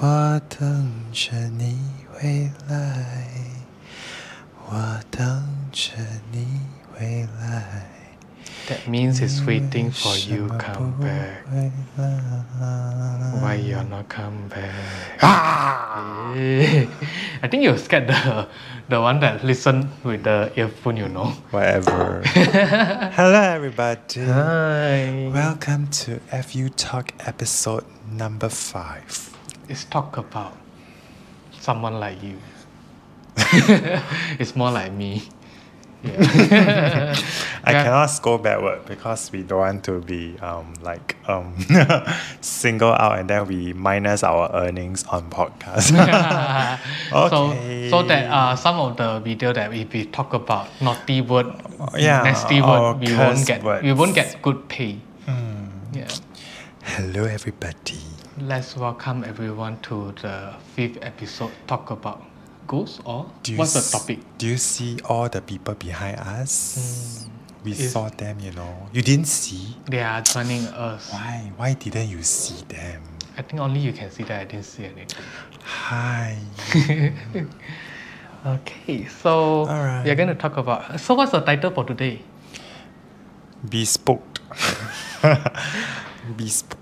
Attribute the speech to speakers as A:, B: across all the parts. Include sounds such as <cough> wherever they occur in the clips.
A: 我等着你回来，我等着你回来。
B: That means it's waiting for you come back.
A: 为什么不回来
B: Why you're not come back? <laughs> Ah! I think you scared the the one that listen with the earphone, you know.
A: Whatever. <laughs> Hello, everybody.
B: Hi.
A: Welcome to FU Talk episode number five.
B: It's talk about someone
A: <laughs>
B: like you. it's more like me. Yeah.
A: I
B: Yeah.
A: cannot scroll backward because we don't want to be um like um <laughs> single out and then we minus our earnings on podcast.
B: <laughs>
A: Okay.
B: So so that uh, some of the video that we, we talk about naughty word,
A: Yeah,
B: nasty
A: or
B: word, we
A: curse
B: won't get we
A: words. Hmm.
B: won't get good pay. Yeah.
A: Hello, everybody.
B: Let's welcome everyone to the fifth episode. Talk about ghosts or
A: Do you
B: what's
A: s-
B: the topic?
A: Do you see all the people behind us? We
B: Hmm. If-
A: saw them, you know. You didn't see.
B: They are joining us.
A: Why? Why didn't you see them?
B: I think only you can see that. I didn't see anything.
A: Hi.
B: Okay, so
A: Alright.
B: we're going to talk about. So what's the title for today?
A: Bespoke. Bespoke.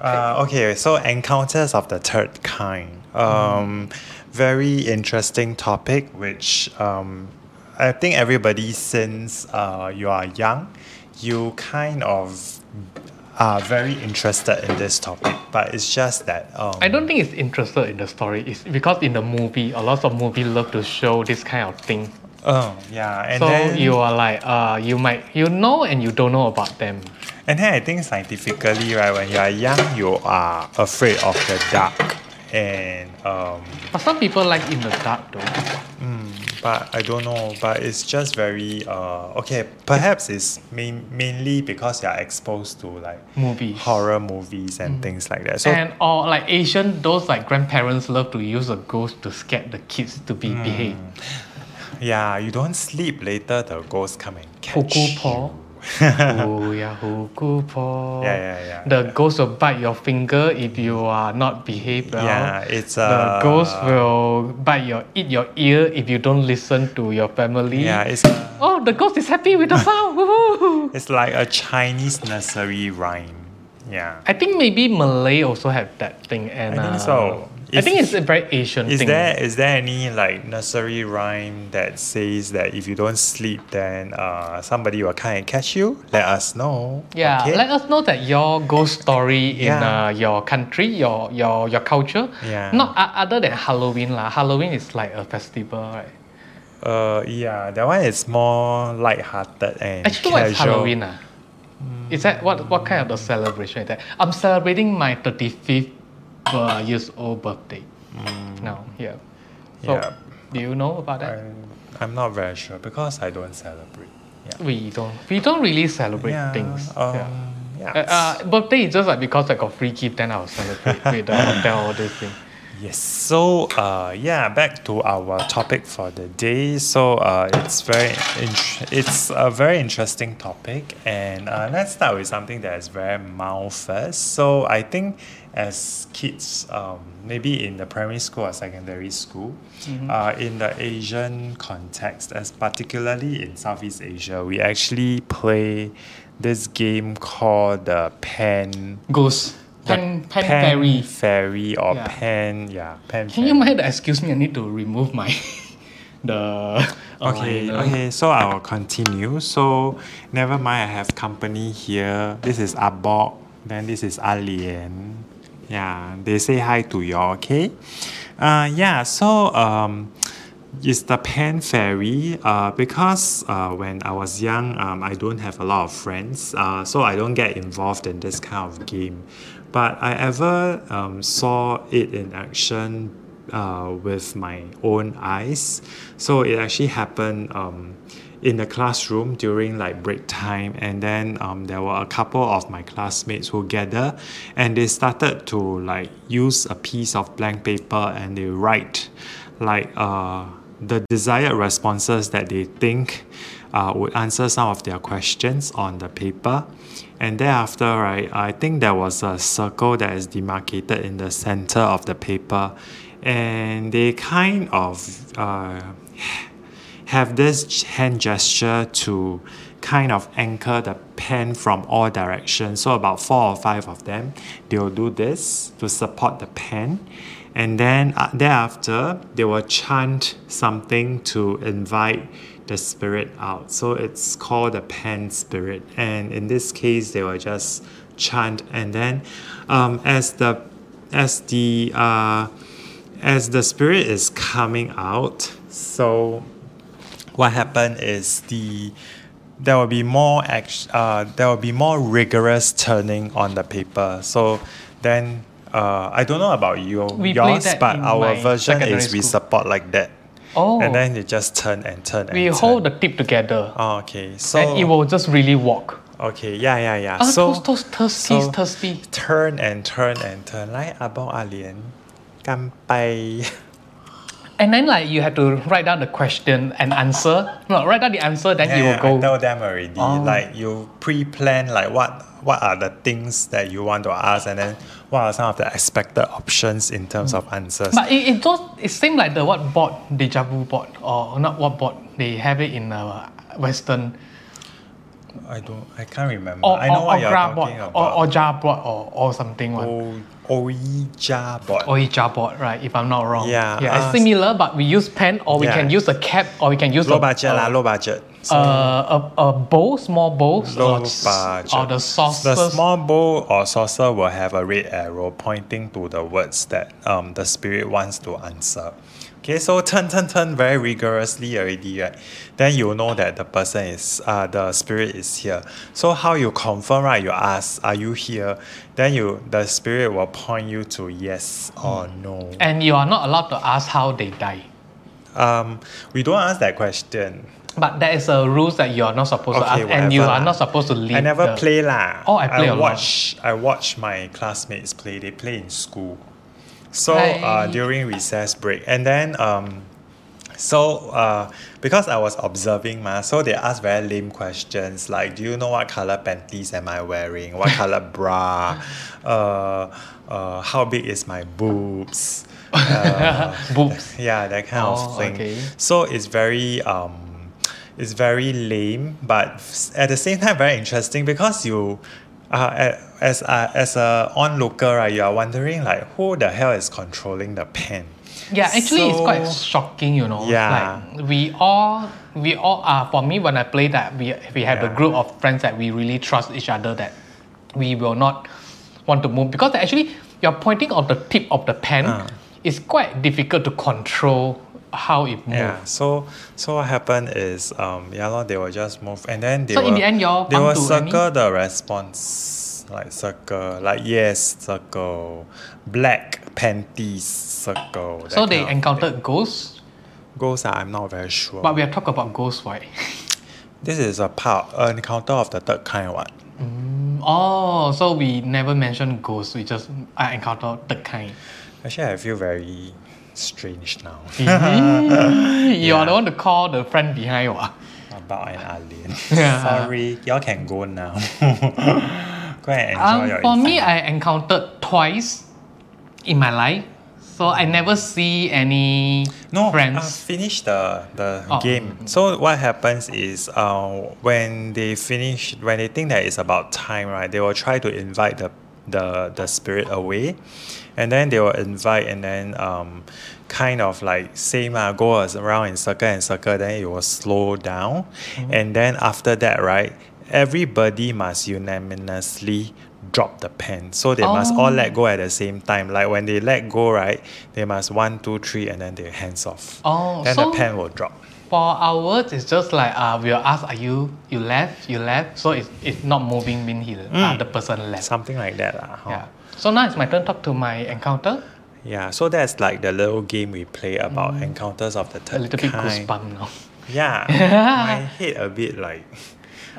A: Uh, okay, so encounters of the third kind. Um, Very interesting topic, which um, I think everybody, since uh, you are young, you kind of are very interested in this topic. But it's just that. Um,
B: I don't think it's interested in the story. It's because in the movie, a lot of movie love to show this kind of thing.
A: Oh, yeah. And
B: so
A: then,
B: you are like, uh, you might you know and you don't know about them.
A: And then I think scientifically, right, when you are young, you are afraid of the dark. And um,
B: But some people like in the dark though.
A: but I don't know, but it's just very uh okay. Perhaps it's main, mainly because you are exposed to like
B: Movies. Mm.
A: horror movies and things like that. So
B: and or like Asian, those like grandparents love to use a ghost to scare the kids to
A: Hmm.
B: be behave.
A: yeah, you don't sleep later. The ghosts come and catch <laughs>
B: Huku
A: you.
B: paw. oh yeah, huku paw.
A: Yeah, yeah, yeah,
B: The
A: yeah.
B: ghost will bite your finger if you are not behave well.
A: Yeah, it's uh, a
B: The ghost will bite your eat your ear if you don't listen to your family.
A: Yeah, it's a-
B: Oh, the ghost is happy with the sound. <laughs> Woohoo!
A: it's like a Chinese nursery rhyme. Yeah.
B: I think maybe Malay also have that thing, and
A: I think
B: uh,
A: so.
B: I
A: If-
B: think it's a very Asian
A: Is
B: thing.
A: there is there any like nursery rhyme that says that if you don't sleep then uh somebody will come and catch you? Let us know.
B: Yeah,
A: okay?
B: let us know that your ghost story in
A: Yeah.
B: uh, your country, your your your culture.
A: Yeah.
B: Not uh, other than Halloween lah. Halloween is like a festival, right?
A: Uh, yeah, that one is more light-hearted and
B: Actually,
A: casual.
B: what is Halloween? Ah, Is that what what kind of a celebration is that? I'm celebrating my 35th uh, years old birthday. Now, yeah. So,
A: Mm. Yeah.
B: do you know about that?
A: I'm, I'm not very sure because I don't celebrate. Yeah.
B: We don't we don't really celebrate
A: yeah.
B: things.
A: Um,
B: yeah.
A: yeah.
B: Uh, uh, birthday is just like because I got free gift, then I'll
A: <laughs>
B: celebrate with the hotel all this thing.
A: Yes. So, uh, yeah, back to our topic for the day. So, uh, it's very, int- it's a very interesting topic, and uh, let's start with something that is very mild first. So, I think as kids, um, maybe in the primary school or secondary school, uh, in the Asian context, as particularly in Southeast Asia, we actually play this game called uh, the pan.
B: Ghost. Pen, pen, fairy.
A: Ferry or
B: Yeah.
A: pen, yeah, pen.
B: Can you mind the excuse me? I need to remove my <laughs> the
A: <laughs>
B: Oh,
A: Okay,
B: aligner.
A: okay, so I will continue. So, never mind, I have company here. This is Abok, then this is Alian. Yeah, they say hi to you, all okay? Uh, yeah, so um, it's the Pan Ferry uh, because uh, when I was young, um, I don't have a lot of friends, uh, so I don't get involved in this kind of game. But I ever um, saw it in action uh, with my own eyes. So it actually happened um, in the classroom during like break time, and then um, there were a couple of my classmates who gather, and they started to like use a piece of blank paper and they write like uh, the desired responses that they think uh, would answer some of their questions on the paper. And thereafter, right, I think there was a circle that is demarcated in the center of the paper. And they kind of uh, have this hand gesture to kind of anchor the pen from all directions. So about four or five of them, they'll do this to support the pen. And then uh, thereafter, they will chant something to invite the spirit out. So it's called the pen spirit. And in this case, they will just chant. And then um, as the as the uh, as the spirit is coming out, so what happened is the there will be more act, uh, there will be more rigorous turning on the paper. So then uh, I don't know about you
B: We play
A: yours,
B: that
A: but
B: in
A: our
B: my
A: version
B: secondary
A: is we
B: school.
A: support like that.
B: Oh.
A: And then you just turn and turn and
B: we
A: turn.
B: hold the tip together
A: Oh, okay. So
B: and it will just really walk.
A: okay, yeah, yeah, yeah.
B: Ah,
A: <laughs> so
B: toast, toast, thirsty,
A: so
B: thirsty.
A: Turn and turn and turn like abong alien. Kanpai. <laughs>
B: And then like you have to write down the question and answer. No, write down the answer, then
A: Yeah,
B: it will
A: yeah,
B: go. Oh.
A: I know them already. Like you pre-plan like what what are the things that you want to ask and then what are some of the expected options in terms of answers.
B: But it, it does it seems like the what board, deja vu board, or not what board, they have it in uh, Western
A: I don't I can't remember.
B: or,
A: I know
B: or,
A: what
B: or
A: you're
B: gra
A: talking
B: board, or,
A: about.
B: or jar board or, or something one.
A: O- Oija board.
B: Or jar board, right? If I'm not wrong.
A: Yeah,
B: Yeah.
A: uh,
B: it's similar, but we use pen, or we
A: Yeah.
B: can use a cap, or we can use
A: low
B: a,
A: budget lah,
B: a,
A: low budget. So
B: Oh. a, a bowl, small bowl,
A: low
B: or, s-
A: budget.
B: or the saucer.
A: The small bowl or saucer will have a red arrow pointing to the words that um, the spirit wants to answer. Okay, so turn, turn, turn very rigorously already, right? Then you know that the person is, uh, the spirit is here. So how you confirm, right? You ask, are you here? Then you, the spirit will point you to yes or no.
B: and you are not allowed to ask how they die.
A: Um, we don't ask that question.
B: But there is a rules that you are not supposed to ask, and
A: whatever
B: you
A: lah.
B: are not supposed to leave.
A: I never
B: the- <laughs>
A: play lah.
B: Oh, I play a lot.
A: watch. I watch my classmates play. They play in school. So uh,
B: Right.
A: during recess break, and then um, so uh, because I was observing ma, so they asked very lame questions like, do you know what color panties am I wearing?
B: <laughs>
A: What color bra? Uh, uh, how big is my boobs?
B: <laughs>
A: Uh,
B: Boobs.
A: <laughs> yeah, that kind
B: Oh,
A: of thing.
B: okay.
A: So it's very um, it's very lame, but s- at the same time very interesting because you, uh, a- as a, as a onlooker, right, you are wondering like who the hell is controlling the pen.
B: Yeah, actually, it's quite
A: So-
B: shocking, you know.
A: Yeah.
B: Like we all, we all are. For me, when I play that, we we have a
A: Yeah.
B: group of friends that we really trust each other that we will not want to move because actually you're pointing on the tip of the pen. It's quite difficult to control how it moves.
A: Uh. Yeah. So so what happened is um yeah lor, they will just move and then they
B: So
A: will,
B: in the end, y'all
A: they
B: come
A: will
B: to any-
A: circle the response like circle like yes circle black panties circle. that
B: so they
A: kind of
B: encountered ghosts,
A: thing. ghosts. Are, I'm not very sure.
B: but we are talking about ghosts, right? <laughs>
A: this is a part an encounter of the third kind one.
B: oh, so we never mentioned ghosts. We just I encountered the kind. <laughs>
A: Actually, I feel very strange now
B: You are the one to call the friend behind what?
A: about an alien.
B: <laughs> Yeah.
A: Sorry, y'all can go now. <laughs> go and enjoy
B: Um,
A: your
B: for me,
A: evening.
B: I encountered twice in my life, so I never see any
A: no, Uh,
B: friends.
A: finish the the
B: Oh.
A: game. So what happens is, uh, when they finish, when they think that it's about time, right? They will try to invite the the the spirit away, and then they will invite, and then um, kind of like same uh, go as- around in circle and circle. Then it will slow down, and then after that, right? Everybody must unanimously drop the pen. So they must all let go at the same time. Like when they let go, right, they must one, two, three, and then they hands off.
B: Oh,
A: then
B: so-
A: the pen will drop.
B: For ours, it's just like uh, we'll ask, "Are you you left? You left?" So it's, it's not moving. Mean he uh,
A: Mm.
B: the person left.
A: Something like that. lah, huh?
B: yeah. So now it's my turn. to Talk to my encounter.
A: Yeah, So that's like the little game we play about encounters of the
B: Mm. A
A: third
B: little bit
A: kind.
B: goosebump now. <laughs>
A: Yeah. my head a bit like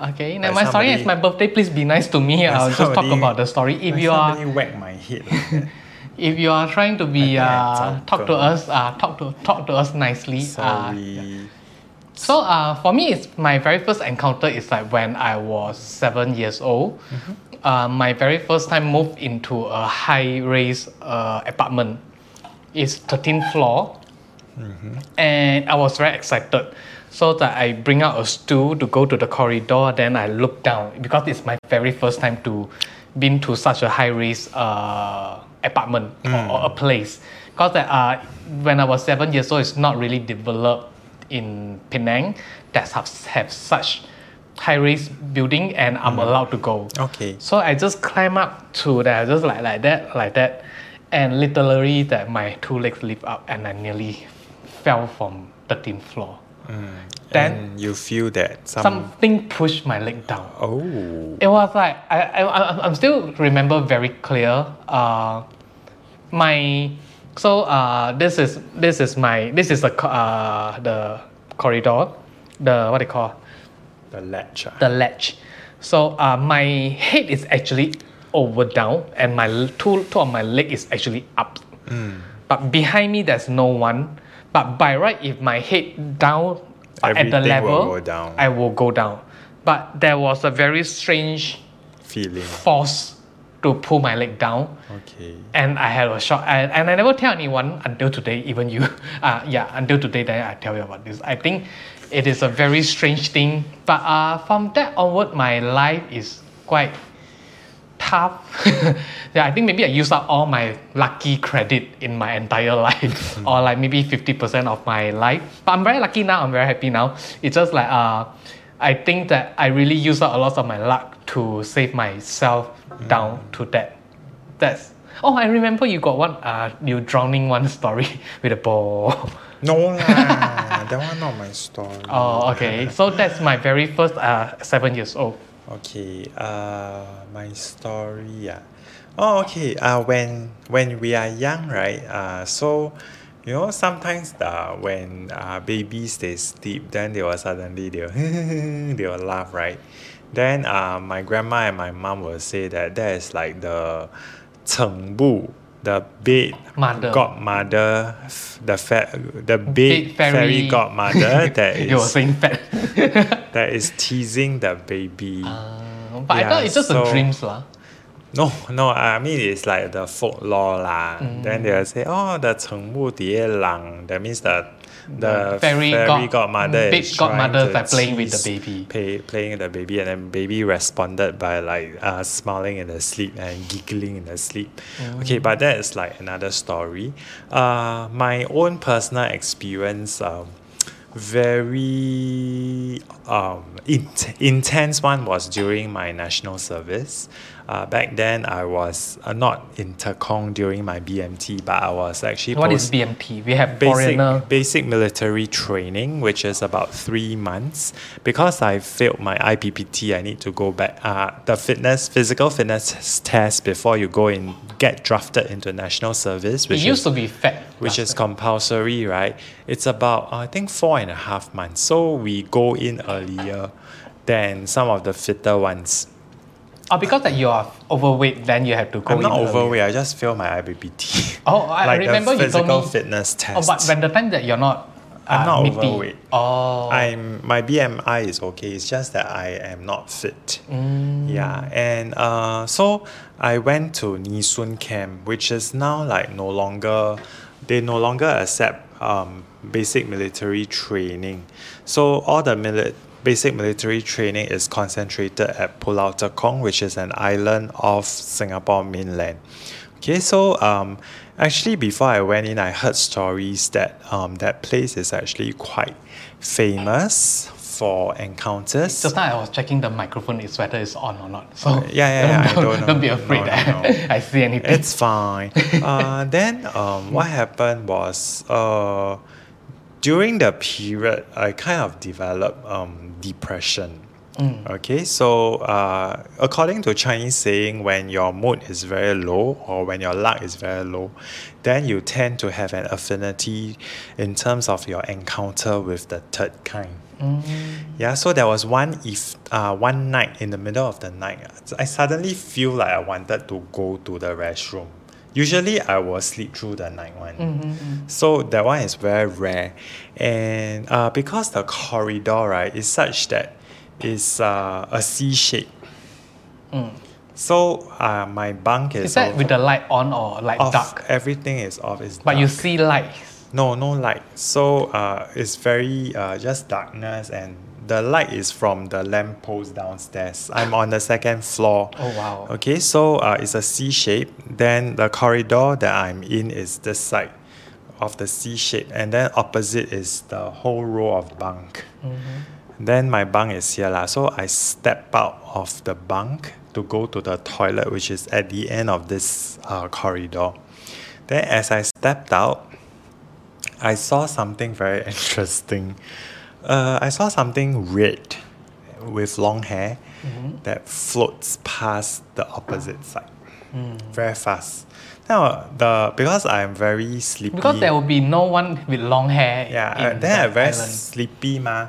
B: Okay,
A: Like
B: now my story is
A: somebody-
B: my birthday. Please be nice to me. I'll just talk
A: somebody-
B: about the story. If
A: like
B: you are
A: somebody whack my head like that.
B: if you are trying to be
A: I think I
B: uh, talk to
A: zao-ge.
B: us, uh, talk to talk to us nicely. Uh,
A: Sorry.
B: So uh, for me, it's my very first encounter is like when I was seven years old. Uh, my very first time moved into a high-rise uh, apartment. It's 13th floor, and I was very excited. So that I bring out a stool to go to the corridor. Then I look down because it's my very first time to been to such a high-rise uh, apartment or, or a place. Because uh, when I was seven years old, it's not really developed in Penang that have, have such high-rise building, and I'm allowed to go.
A: Okay.
B: So I just climb up to that, just like like that, like that, and literally that my two legs lift up, and I nearly fell from 13th floor. Then
A: and you feel that some,
B: something pushed my leg down.
A: oh
B: It was like I I I- I'm still remember very clear. Uh, my so uh this is this is my this is the co- uh the corridor, the what they call
A: the latch. ah.
B: the ledge. So uh, my head is actually over down, and my l- two two of my leg is actually up.
A: Hmm.
B: But behind me, there's no one. But by right, if my head down uh, at the
A: Everything will
B: level,
A: go down.
B: I will go down. But there was a very strange
A: feeling.
B: force to pull my leg down.
A: Okay.
B: And I had a shock, and, and I never tell anyone until today, even you. <laughs> Uh, yeah, until today, then I tell you about this. I think it is a very strange thing, but uh, from that onward, my life is quite tough. <laughs> yeah, I think maybe I used up all my lucky credit in my entire <laughs> life,
A: Mm.
B: or like maybe 50% of my life. But I'm very lucky now, I'm very happy now. It's just like, uh, I think that I really used up a lot of my luck to save myself
A: Mm.
B: down to that. That's. Oh, I remember you got one, uh, you drowning one <laughs> story with a
A: <laughs>
B: ball.
A: No lah, <laughs> that one not my story.
B: oh, okay. So that's my very first uh, seven years old.
A: Okay, uh, my story ah. Oh, okay. Uh, when when we are young, right? Uh, so, you know, sometimes uh, when uh, babies they sleep, then they will suddenly they will, <laughs> they will laugh, right? Then uh, my grandma and my mom will say that that is like the bu, the bed
B: Mother.
A: godmother, f- the fa- the bed
B: Bed fairy.
A: fairy godmother that
B: <laughs> You were
A: is
B: saying fat.
A: that is teasing the baby.
B: Uh, <laughs> but I
A: Yeah,
B: thought it's just
A: so-
B: a dreams lah.
A: No, no, I mean it's like the folklore lah.
B: Mm.
A: Then they'll say, oh, the 乘木蝶郎, that means the the
B: fairy god-
A: godmother
B: big
A: is trying
B: godmothers
A: to
B: are playing with the
A: tease
B: baby.
A: Pay, playing with the baby, and then baby responded by like uh, smiling in the sleep and giggling in the sleep. Okay, but that is like another story. Uh, my own personal experience. Um, very um, int intense one was during my national service. Uh, back then, I was uh, not in Tekong during my BMT, but I was actually
B: What is
A: post-
B: BMT? We have foreigner.
A: basic, basic military training, which is about three months. Because I failed my IPPT, I need to go back. Uh, the fitness, physical fitness test before you go and get drafted into national service,
B: It
A: which is
B: used to be fat.
A: which is compulsory, right? It's about uh, I think four and a half months. So we go in earlier than some of the fitter ones.
B: oh, because that you are overweight, then you have to go.
A: I'm not
B: in early.
A: overweight. I just failed my IBBT.
B: Oh, I
A: <laughs> like
B: remember
A: the
B: you told
A: physical
B: me-
A: fitness test.
B: Oh, but when the time that you're not. Uh,
A: I'm not
B: meaty.
A: overweight.
B: Oh,
A: I'm my BMI is okay. It's just that I am not fit. Yeah, and uh, so I went to Nee Soon Camp, which is now like no longer, they no longer accept um, basic military training. So all the mili- basic military training is concentrated at Pulau Tekong, which is an island off Singapore mainland. Okay, so um, actually before I went in, I heard stories that um, that place is actually quite famous for encounters.
B: just now I was checking the microphone is whether it's on or not. So
A: yeah, yeah, yeah, I
B: <laughs> don't,
A: don't know.
B: be
A: No,
B: afraid
A: no,
B: that <laughs> I see anything.
A: It's fine.
B: <laughs>
A: uh, then um, what happened was uh, during the period, I kind of developed um, depression.
B: Mm.
A: Okay, so uh, according to Chinese saying, when your mood is very low or when your luck is very low, then you tend to have an affinity in terms of your encounter with the third kind. Yeah, so there was one if uh, one night in the middle of the night, I suddenly feel like I wanted to go to the restroom. Usually, I will sleep through the night one.
B: Mm-hmm,
A: So that one is very rare, and uh, because the corridor right is such that it's uh, a C shape. So uh, my bunk is,
B: Mm. Is that
A: off-
B: with the light on or light
A: off.
B: dark?
A: Everything is off. It's
B: But you
A: dark.
B: see light.
A: No, no light. So uh, it's very uh, just darkness, and the light is from the lamppost downstairs. I'm on the second floor.
B: Oh, wow.
A: Okay, so uh, it's a C shape. Then the corridor that I'm in is this side of the C shape, and then opposite is the whole row of bunk.
B: Mm-hmm.
A: Then my bunk is here lah. So I step out of the bunk to go to the toilet, which is at the end of this uh, corridor. Then as I stepped out, I saw something very <laughs> interesting. Uh, I saw something red with long hair
B: Mm-hmm.
A: that floats past the opposite side
B: Mm.
A: very fast. Now the because I'm very sleepy.
B: Because there will be no one with long hair.
A: yeah,
B: in
A: uh, then I
B: that
A: very
B: island.
A: sleepy ma.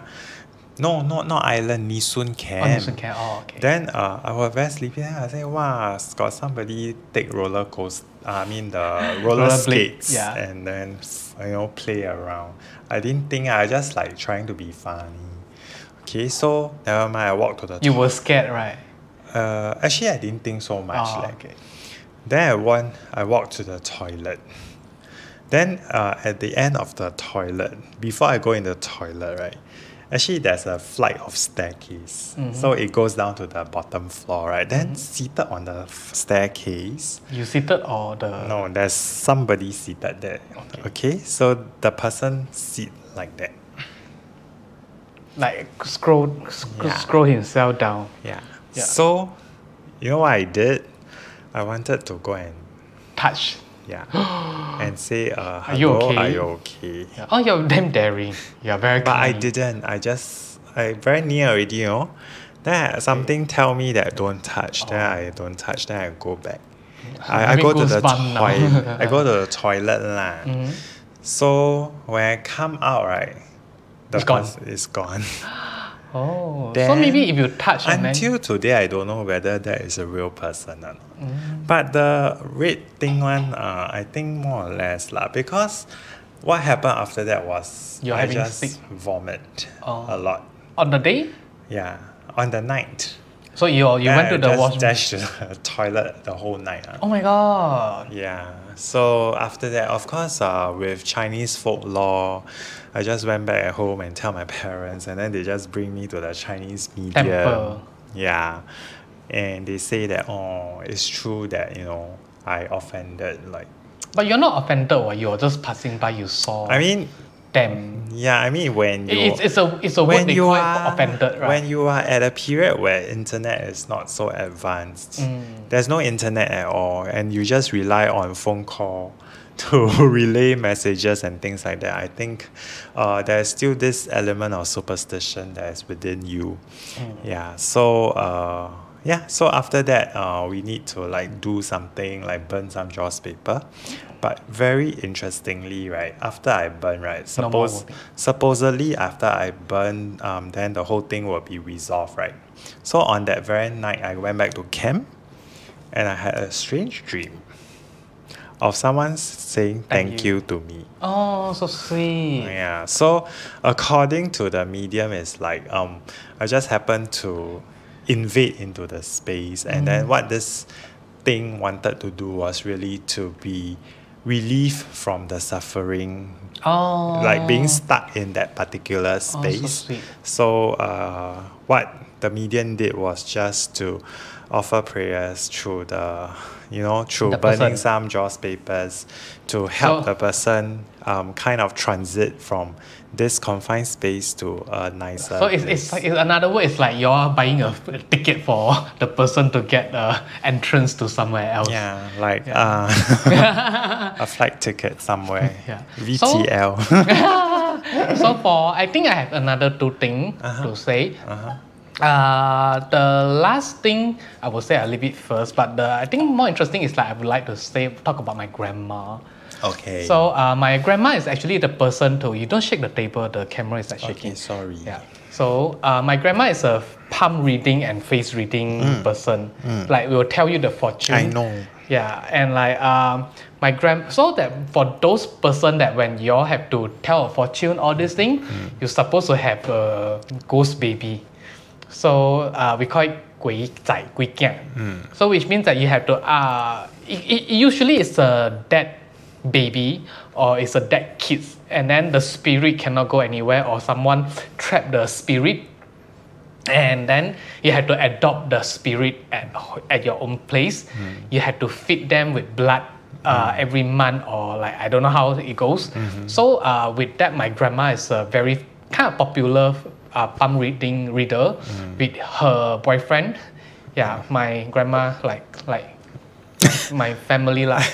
A: No, no, not island. Nisun
B: Oh,
A: camp.
B: you still can. Oh, okay.
A: Then uh, I was very sleepy. Then I say, "Wow, got somebody take roller coaster. I mean
B: <laughs>
A: the roller,
B: Roller blade,
A: skates,
B: yeah.
A: and then you know play around." I didn't think. I just like trying to be funny. Okay, so never mind. I walked to the.
B: you were scared, right?
A: uh, actually, I didn't think so much.
B: Oh,
A: like,
B: okay.
A: then I went, I walked to the toilet. Then uh, at the end of the toilet, before I go in the toilet, right? Actually, there's a flight of staircase,
B: Mm-hmm.
A: so it goes down to the bottom floor, right? Then seated on the f- staircase,
B: You seated or the.
A: no, there's somebody seated there.
B: Ah. Okay.
A: okay, so the person sit like that.
B: Like scroll, sc-
A: Yeah.
B: scroll himself down.
A: Yeah.
B: Yeah.
A: So, you know what I did? I wanted to go and
B: Touch.
A: yeah,
B: <gasps>
A: and say, uh, hello,
B: Are you okay?
A: Are you okay?
B: Yeah. Oh, you're damn daring. You're very
A: But I
B: cunning.
A: didn't. I just I very near already, you know. Then I- something tell me that don't touch. Then
B: Oh.
A: I don't touch. Then I go
B: <laughs>
A: back. I, I
B: Having
A: go to the
B: goosebump now. Mm-hmm.
A: toilet.
B: <laughs>
A: I go to the toilet lah. So when I come out, right, the
B: It's gone.
A: pers- is gone.
B: Oh, so
A: Then-
B: maybe if you touch and then
A: Until today, I don't know whether that is a real person or not.
B: Mm.
A: But the red thing one, uh, I think more or less lah. Because what happened after that was
B: You're
A: I
B: having
A: just
B: sick-
A: vomit
B: Oh.
A: a lot.
B: on the day,
A: Yeah, on the night.
B: so you you
A: Then
B: went to
A: I
B: the
A: just
B: washroom.
A: dashed to the <laughs> toilet the whole night. ah.
B: Oh my god.
A: Yeah. So after that, of course, uh, with Chinese folklore, I just went back at home and tell my parents, and then they just bring me to the Chinese media.
B: Temple.
A: Yeah, and they say that oh, it's true that you know I offended. Like,
B: But you're not offended, or you're just passing by. You saw
A: I mean,
B: them.
A: yeah, I mean when you
B: It's, it's a it's a word
A: when
B: they
A: you
B: call
A: are
B: it offended, right?
A: when you are at a period where internet is not so advanced,
B: Mm.
A: there's no internet at all, and you just rely on phone call <laughs> to relay messages and things like that. I think uh, there's still this element of superstition that is within you.
B: Mm.
A: Yeah. So. Uh, yeah, so after that, uh, we need to like do something, like burn some Jaws paper. But very interestingly, right, after I burn, right,
B: No more
A: suppose
B: voting.
A: supposedly after I burn, um, then the whole thing will be resolved, right? So on that very night, I went back to camp, and I had a strange dream of someone saying thank,
B: you.
A: you. to me.
B: oh, so sweet.
A: Yeah. So according to the medium, it's like um, I just happened to invade into the space, and then what this thing wanted to do was really to be relief from the suffering
B: Oh,
A: like being stuck in that particular space.
B: sweet.
A: So, uh, what the median did was just to offer prayers through the, you know, through
B: The
A: burning
B: person.
A: some Jaws papers to help
B: So-
A: the person um, kind of transit from this confined space to a nicer.
B: So it's,
A: place.
B: it's, like- it's another word. It's like you're buying a ticket for <laughs> the person to get a entrance to somewhere else.
A: yeah, like Uh,
B: <laughs>
A: a flight ticket somewhere.
B: Yeah. So- <laughs>
A: VTL.
B: so for I think I have another two thing
A: Uh-huh.
B: to say. Uh, the last thing I will say I leave it first, but the I think more interesting is like I would like to say talk about my grandma.
A: okay.
B: So uh, my grandma is actually the person to you don't shake the table. The camera is like shaking.
A: okay, sorry.
B: Yeah. So uh, my grandma is a palm reading and face reading person. Like we will tell you the fortune.
A: Mm. I know.
B: Yeah, and like um, my grand so that for those person that when you all have to tell a fortune all this thing, you're supposed to have a ghost baby. So uh, we call it gui zai gui kiang. So which means that you have to uh, it, it, usually it's a dead baby or it's a dead kid, and then the spirit cannot go anywhere or someone trap the spirit and then you had to adopt the spirit at, ho- at your own place you had to feed them with blood uh, every month or like i don't know how it goes so uh, with that my grandma is a very kind of popular uh, palm reading reader with her boyfriend yeah my grandma like like my family like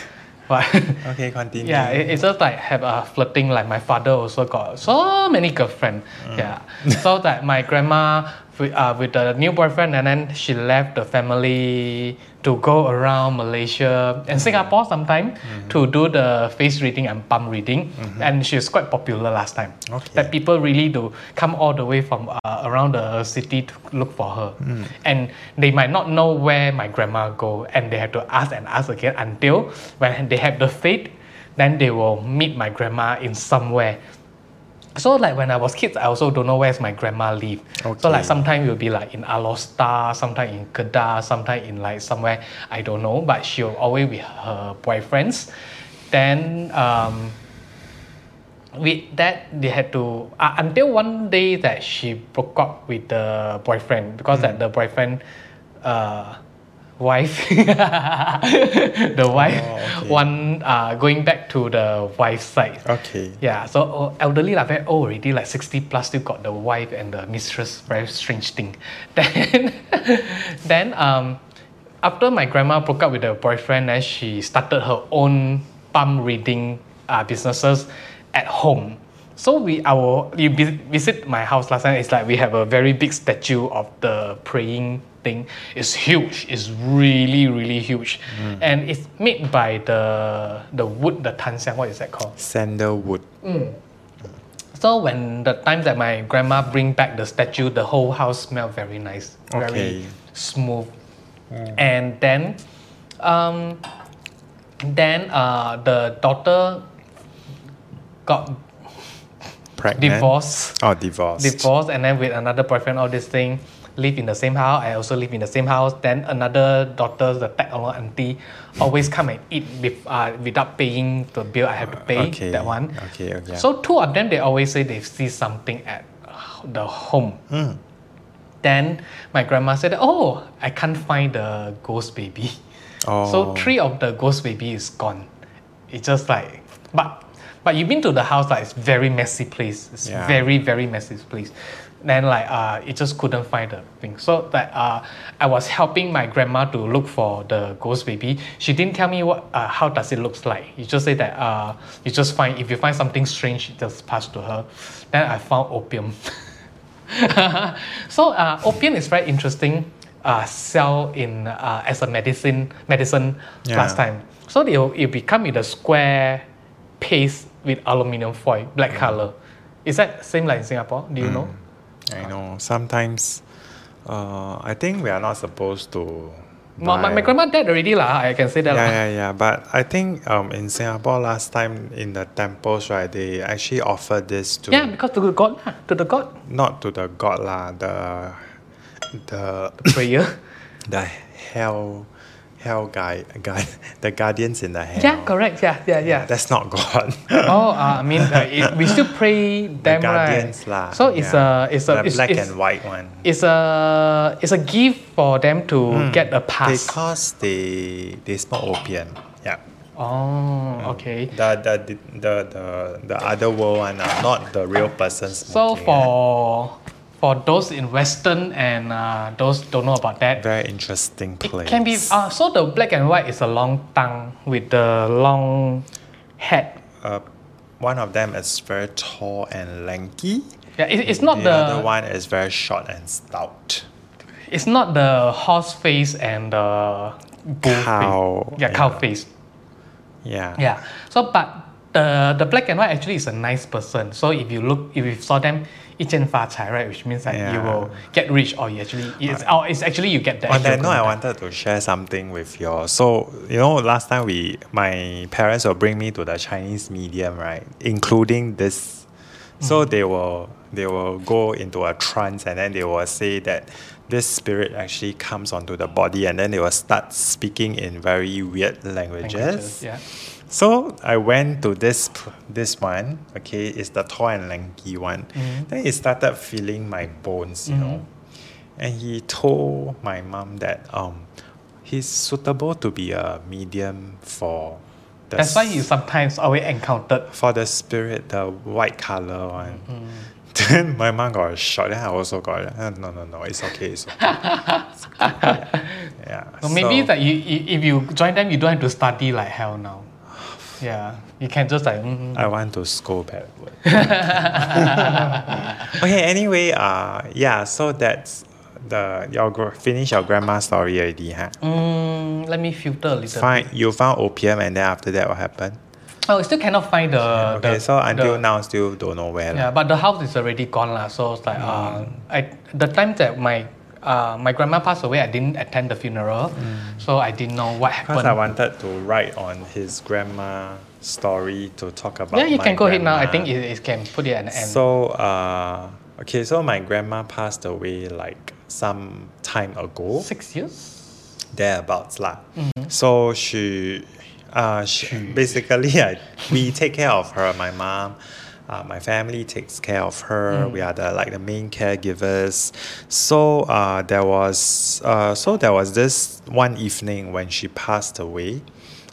B: but
A: Okay, continue.
B: yeah, it, it's just like have a flirting. Like my father also got so many girlfriend. Yeah, so that my grandma with, uh, with the new boyfriend, and then she left the family to go around Malaysia and Singapore sometime to do the face reading and palm reading. And she was quite popular last time.
A: Okay.
B: That people really do come all the way from uh, around the city to look for her, and they might not know where my grandma go, and they have to ask and ask again until when they have the faith, then they will meet my grandma in somewhere. So like when I was kids, I also don't know where's my grandma live. So
A: Okay.
B: like sometimes you'll be like in Alostar, sometimes in Kedah, sometimes in like somewhere I don't know. But she'll always with her boyfriends. Then um, with that they had to uh, until one day that she broke up with the boyfriend because that the boyfriend uh, wife <laughs> the wife
A: okay.
B: one uh, going back to the wife's side
A: Okay.
B: yeah, so oh, elderly like very old already, like sixty plus, still got the wife and the mistress. Very strange thing. <laughs> Then, then um, after my grandma broke up with her boyfriend, then she started her own palm reading uh, businesses at home. So we our you vi- visit my house last time. It's like we have a very big statue of the praying thing. It's huge. It's really really huge, and it's made by the the wood the tan siang. What is that called?
A: Sandalwood.
B: So when the time that my grandma bring back the statue, the whole house smelled very nice,
A: Okay.
B: very smooth. And then, um, then uh, the daughter got
A: Pregnant.
B: divorced,
A: Oh, divorced.
B: divorced, and then with another boyfriend, all this thing. Live in the same house. I also live in the same house. Then another daughter, the tag along auntie, always come and eat with, uh, without paying the bill. I have to pay
A: Okay.
B: that one.
A: Okay. Okay.
B: So two of them, they always say they see something at the home.
A: Hmm.
B: Then my grandma said, "Oh, I can't find the ghost baby."
A: oh.
B: So three of the ghost baby is gone. It's just like, but but you've been to the house like it's very messy place. It's
A: Yeah.
B: very very messy place. Then like uh, it just couldn't find the thing. So that uh, I was helping my grandma to look for the ghost baby. She didn't tell me what uh, how does it looks like. You just say that uh, you just find if you find something strange, you just pass to her. Then I found opium. <laughs> so uh, opium is very interesting uh, sell in uh, as a medicine medicine
A: Yeah.
B: last time. So they will- it become in a square paste with aluminium foil, black
A: Mm.
B: color. Is that same like in Singapore? Do you know?
A: I know. Sometimes, uh, I think we are not supposed to.
B: My, my,
A: buy-
B: my grandma dead already lah. I can say that lah.
A: Yeah, yeah, yeah. But I think um, in Singapore last time in the temples, right, they actually offer this to
B: Yeah, because to the God lah, to
A: <laughs>
B: the God
A: not to the god lah, the the
B: prayer.
A: the hell hell guy guy <laughs> the guardians in the hell.
B: yeah, correct. Yeah, yeah, yeah.
A: That's not God.
B: oh, uh, I mean, uh, it, we still
A: <laughs>
B: pray
A: the
B: them right.
A: guardians lah.
B: So it's
A: yeah.
B: a it's a
A: the
B: it's,
A: black
B: it's,
A: and white one.
B: it's a it's a gift for them to
A: Mm.
B: get a pass.
A: Because they they smoke opium. Yeah.
B: Oh,
A: Mm.
B: okay.
A: The the the the, the other world one, uh, not the real person
B: So
A: smoking. eh.
B: for for those in Western and uh, those don't know about that,
A: very interesting place.
B: can be uh, so the black and white is a long tongue with the long head.
A: uh, one of them is very tall and lanky.
B: Yeah, it, it's not
A: the,
B: the,
A: other one is very short and stout.
B: it's not the horse face and the bull
A: Cow,
B: face. Yeah, cow face.
A: Yeah.
B: Yeah. So, but the the black and white actually is a nice person. So if you look, if you saw them, 一见发财, right, which means that you
A: Yeah. Uh,
B: will get rich, or you actually it's, or it's actually you get the
A: On that
B: actual
A: note, I
B: contact.
A: wanted to share something with you. all. So you know, last time we, my parents will bring me to the Chinese medium, right? Including this. So they will they will go into a trance and then they will say that this spirit actually comes onto the body and then they will start speaking in very weird languages.
B: Languages, yeah.
A: So I went to this p- this one. Okay, it's the tall and lanky one.
B: Mm-hmm.
A: Then it started feeling my bones, you know.
B: Mm-hmm.
A: And he told my mom that um, he's suitable to be a medium for the
B: That's why
A: s-
B: you sometimes always encountered.
A: for the spirit, the white color one.
B: Mm-hmm.
A: <laughs> Then my mom got a shock. Then I also got a- "Ah, no no no. It's okay. It's
B: <laughs>
A: okay. It's okay." yeah.
B: So maybe
A: so-
B: that you, you if you join them, you don't have to study like hell now. Yeah, you can just like mm,
A: I want to scroll backward. <laughs> okay, anyway, uh, yeah, so that's the your gr- finish your grandma story already, huh?
B: mm, let me filter a little.
A: Fine, you found opium and then after that what happened?
B: Oh, I still cannot find the.
A: Okay,
B: the,
A: so until
B: the-
A: now Mm. still don't know where. lah.
B: Yeah, but the house is already gone lah. So it's like uh, I, the time that my uh, my grandma passed away, I didn't attend the funeral, so I didn't know what
A: Mm. Because
B: happened.
A: I wanted to write on his grandma story to talk about.
B: yeah, you
A: my
B: can go ahead now. I
A: grandma.
B: think it, it can put it at an end.
A: So, uh, okay, so my grandma passed away like some time ago.
B: Six years.
A: thereabouts lah. So she, uh, she <laughs> basically I, we take care of her. My mom, uh, my family takes care of her. We are the like the main caregivers. So uh, there was uh, so there was this one evening when she passed away,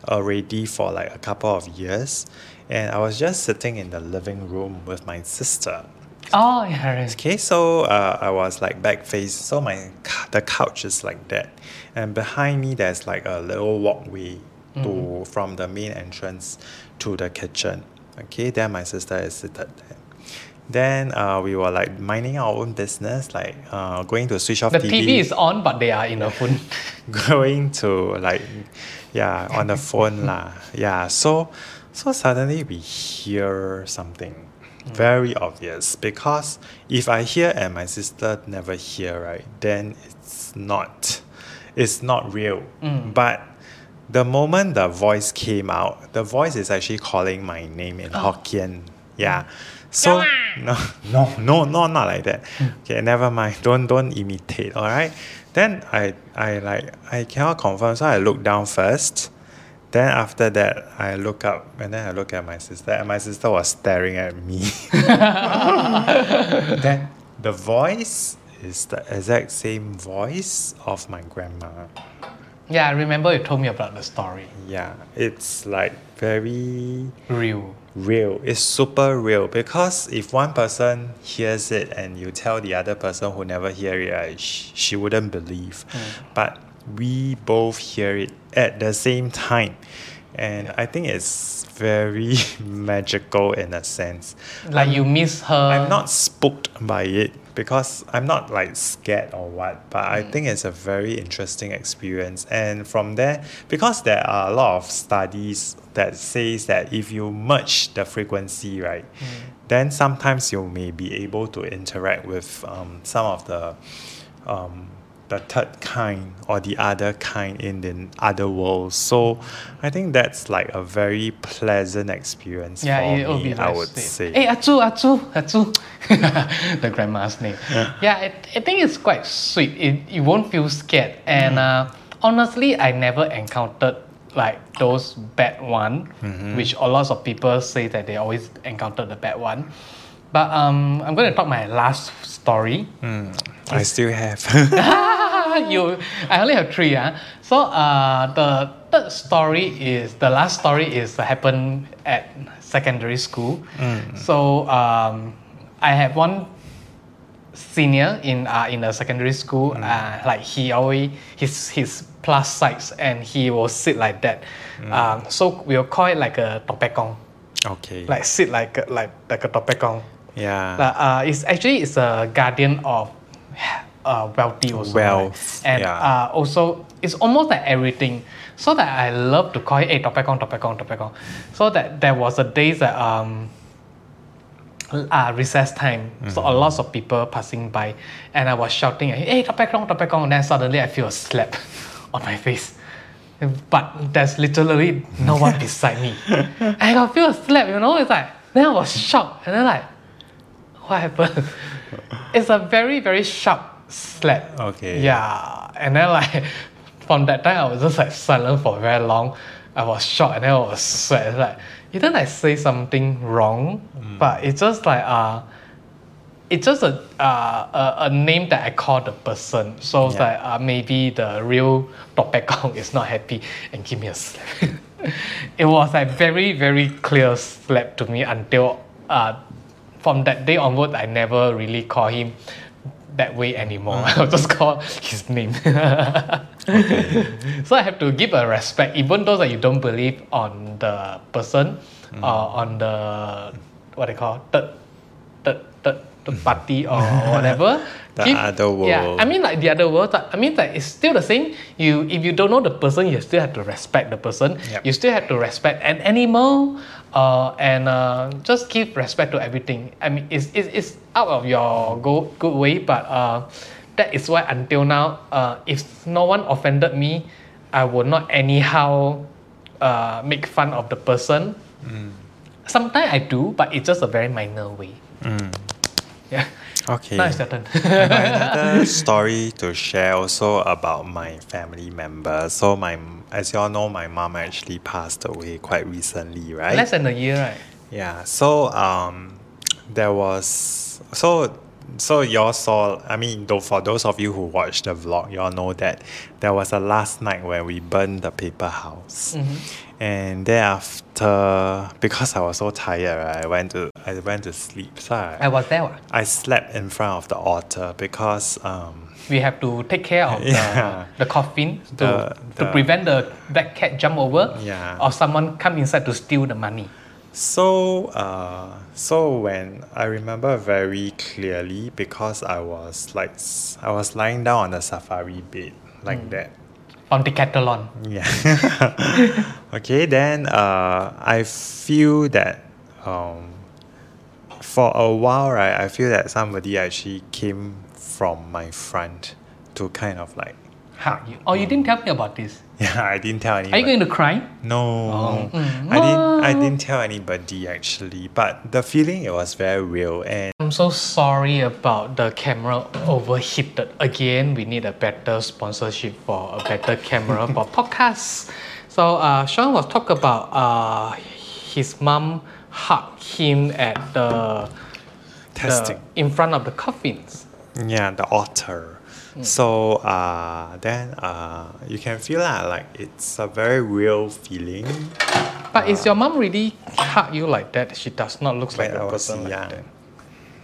A: already for like a couple of years, and I was just sitting in the living room with my sister.
B: Oh, yeah. right.
A: Okay, so uh, I was like back face, so my cou- the couch is like that, and behind me there's like a little walkway
B: Mm-hmm.
A: to from the main entrance to the kitchen. Okay, then my sister is seated there. Then uh, we were like minding our own business, like uh, going to switch off
B: The TV is on, but they are in
A: <laughs>
B: a phone.
A: going to like yeah on the phone lah yeah so so suddenly we hear something very obvious because if i hear and my sister never hear right then it's not it's not real but the moment the voice came out the voice is actually calling my name in hokkien yeah so <laughs> no, no, no, no, not like that. Okay, never mind. Don't don't imitate. All right. Then I I like I cannot confirm, so I look down first. Then after that, I look up and then I look at my sister, and my sister was staring at me. then the voice is the exact same voice of my grandma.
B: yeah, I remember you told me about the story.
A: Yeah, it's like very
B: Real.
A: real. It's super real because if one person hears it and you tell the other person who never hear it, right, sh- she wouldn't believe. But we both hear it at the same time. And I think it's very <laughs> magical in a sense.
B: Like you miss her.
A: I'm not spooked by it because I'm not like scared or what, but I
B: Mm.
A: think it's a very interesting experience. And from there, because there are a lot of studies that says that if you merge the frequency, right,
B: Mm.
A: then sometimes you may be able to interact with um, some of the um, the third kind or the other kind in the other world. So I think that's like a very pleasant experience
B: Yeah,
A: for
B: it will
A: me,
B: be Eh,
A: I
B: nice.
A: would
B: day.
A: say.
B: Hey, Achu, Achu, Achu. <laughs> the grandma's name. Yeah, I, I think it's quite sweet. It, you won't feel scared. And
A: Mm.
B: uh, honestly, I never encountered like those bad one,
A: Mm-hmm.
B: which a lot of people say that they always encounter the bad one. But um, I'm going to talk my last story.
A: I still
B: <laughs>
A: have.
B: you, I only have three. ah. So uh, the third story is the last story is happened at secondary school. So um, I have one senior in uh, in a secondary school. Uh, like he always his his plus size and he will sit like that. Um, so we'll call it like a topekong,
A: okay.
B: like sit like a, like like a topekong.
A: yeah.
B: Like, uh, it's actually it's a guardian of uh, wealthy also.
A: Wealth,
B: right? And
A: yeah.
B: uh, also, it's almost like everything. So that I love to call it, eh, hey, topekong, topekong, topekong. So that there was a day that um, uh, recess time. So
A: Mm-hmm.
B: a lot of people passing by, and I was shouting, "Eh, "Hey, tapekong, tapekong!" And then suddenly I feel a slap <laughs> on my face. But there's literally no
A: <laughs>
B: one beside me. And I got feel a slap, you know. It's like then I was shocked, and then like, what happened? <laughs> it's a very very sharp slap.
A: Okay.
B: Yeah, and then like <laughs> from that time I was just like silent for very long. I was shocked and then I was sweat. It's Like didn't I say something wrong? But it's just like uh it's just a, uh, a a name that I call the person. So it's
A: Yeah.
B: like uh, maybe the real Topekong <laughs> is not happy and give me a slap. <laughs> it was a very very clear slap to me until uh, from that day onward I never really call him that way anymore. <laughs> I'll just call his name. <laughs> So I have to give a respect, even though that you don't believe on the person
A: Hmm.
B: or on the what they call third, third, third, third party
A: <laughs>
B: or whatever.
A: The other
B: Yeah,
A: world.
B: I mean like the other world. I mean like it's still the same. You if you don't know the person, you still have to respect the person.
A: Yep.
B: You still have to respect an animal, uh, and uh, just give respect to everything. I mean it's it's, it's out of your go, good way, but uh, that is why until now, uh, if no one offended me, I would not anyhow uh, make fun of the person. Sometimes I do, but it's just a very minor way. Yeah. <laughs>
A: Okay.
B: Now it's your turn.
A: I got <laughs> another story to share also about my family member. So my, as you all know, my mom actually passed away quite recently, right?
B: <laughs> Less than a year, right?
A: Yeah. So um, there was so so y'all saw. I mean, though for those of you who watched the vlog, y'all know that there was a last night where we burned the paper house,
B: Mm-hmm.
A: and thereafter because I was so tired, right, I went to I went to sleep. So
B: I
A: I,
B: was there. what?
A: I slept in front of the altar because um.
B: We have to take care of the,
A: Yeah.
B: the coffin to,
A: The-
B: to
A: the-
B: prevent the black cat jump over
A: Yeah.
B: or someone come inside to steal the money.
A: So, uh, so when I remember very clearly because I was like s- I was lying down on the safari bed like
B: Mm.
A: that.
B: On the Catalan.
A: Yeah. <laughs> okay, then uh, I feel that um, for a while, right, I feel that somebody actually came from my front to kind of like <laughs>
B: Ha, you, oh, you didn't tell me about this.
A: Mm. yeah, I didn't tell anyone.
B: Are you going to cry?
A: No,
B: Oh.
A: I didn't. I didn't tell anybody actually, but the feeling it was very real, and
B: I'm so sorry about the camera overheated. Again, we need a better sponsorship for a better
A: <laughs>
B: camera for podcasts. So uh, Sean was talking about uh, his mom hugged him at the, the
A: testing.
B: in front of the coffins.
A: Yeah, the otter.
B: Mm.
A: So uh, then uh, you can feel that like it's a very real feeling.
B: But is your mom really hug you like that? She does not look like
A: When I
B: a
A: was
B: person like
A: young.
B: that.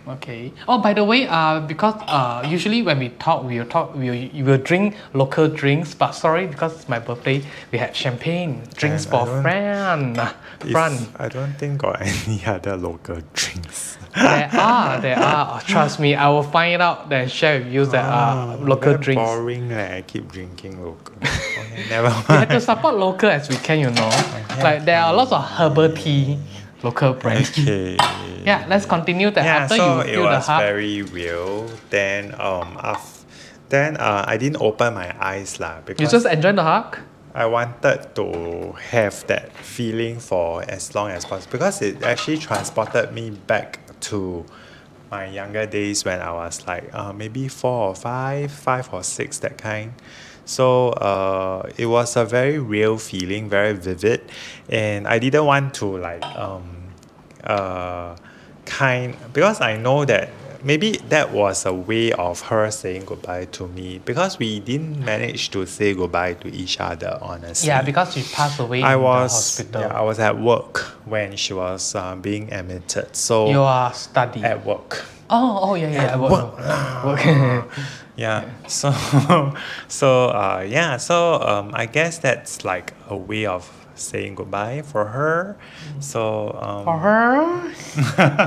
B: Okay. Oh, by the way, uh, because uh, usually when we talk, we'll talk, we'll, you will drink local drinks. But sorry, because it's my birthday, we had champagne drinks
A: And I
B: for
A: don't-
B: Fran.
A: If-
B: <laughs> Fran.
A: I don't think got <laughs> any other local drinks.
B: there are, there are. Oh, trust me, I will find it out then share with you that uh,
A: Ah,
B: local
A: very
B: drinks.
A: Boring. Like, I keep drinking
B: <laughs>
A: local. okay, never
B: We
A: mind.
B: have to support local as we can,
A: <laughs>
B: you know. Like there are lots of herbal tea, local brands.
A: Okay.
B: Yeah, let's continue that
A: yeah,
B: after
A: so
B: you
A: it
B: feel the
A: was
B: heart.
A: very real. Then um, af- then uh, I didn't open my eyes lah
B: You
A: because
B: just enjoy the hug?
A: I wanted to have that feeling for as long as possible because it actually transported me back to my younger days when I was like uh, maybe four or five, five or six, that kind. So uh, it was a very real feeling, very vivid, and I didn't want to like um, uh, kind because I know that maybe that was a way of her saying goodbye to me because we didn't manage to say goodbye to each other honestly.
B: Yeah, because she passed away
A: I
B: in
A: was
B: the hospital.
A: yeah, I was at work when she was uh, being admitted. So
B: You are studying.
A: at work.
B: oh, oh yeah, yeah. I work.
A: <laughs>
B: work.
A: Yeah. <laughs> So so uh, yeah, so um, I guess that's like a way of saying goodbye for her.
B: Mm.
A: So um,
B: <laughs> For her,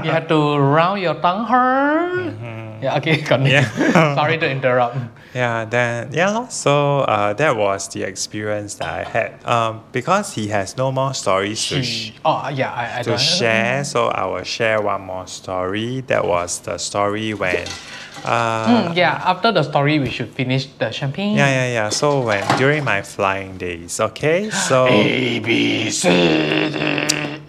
B: you had to round your tongue. Her. Yeah, okay, continue.
A: Mm-hmm. Yeah.
B: <laughs> Sorry to interrupt.
A: Yeah, then yeah, lor. so uh, that was the experience that I had. Um, because he has no more stories to, sh-
B: Oh, yeah, I, I
A: to
B: don't
A: share, so I will share one more story. That was the story when, uh,
B: Mm, yeah, after the story, we should finish the champagne.
A: yeah, yeah, yeah. So when during my flying days, okay, so
B: A, B, C, D.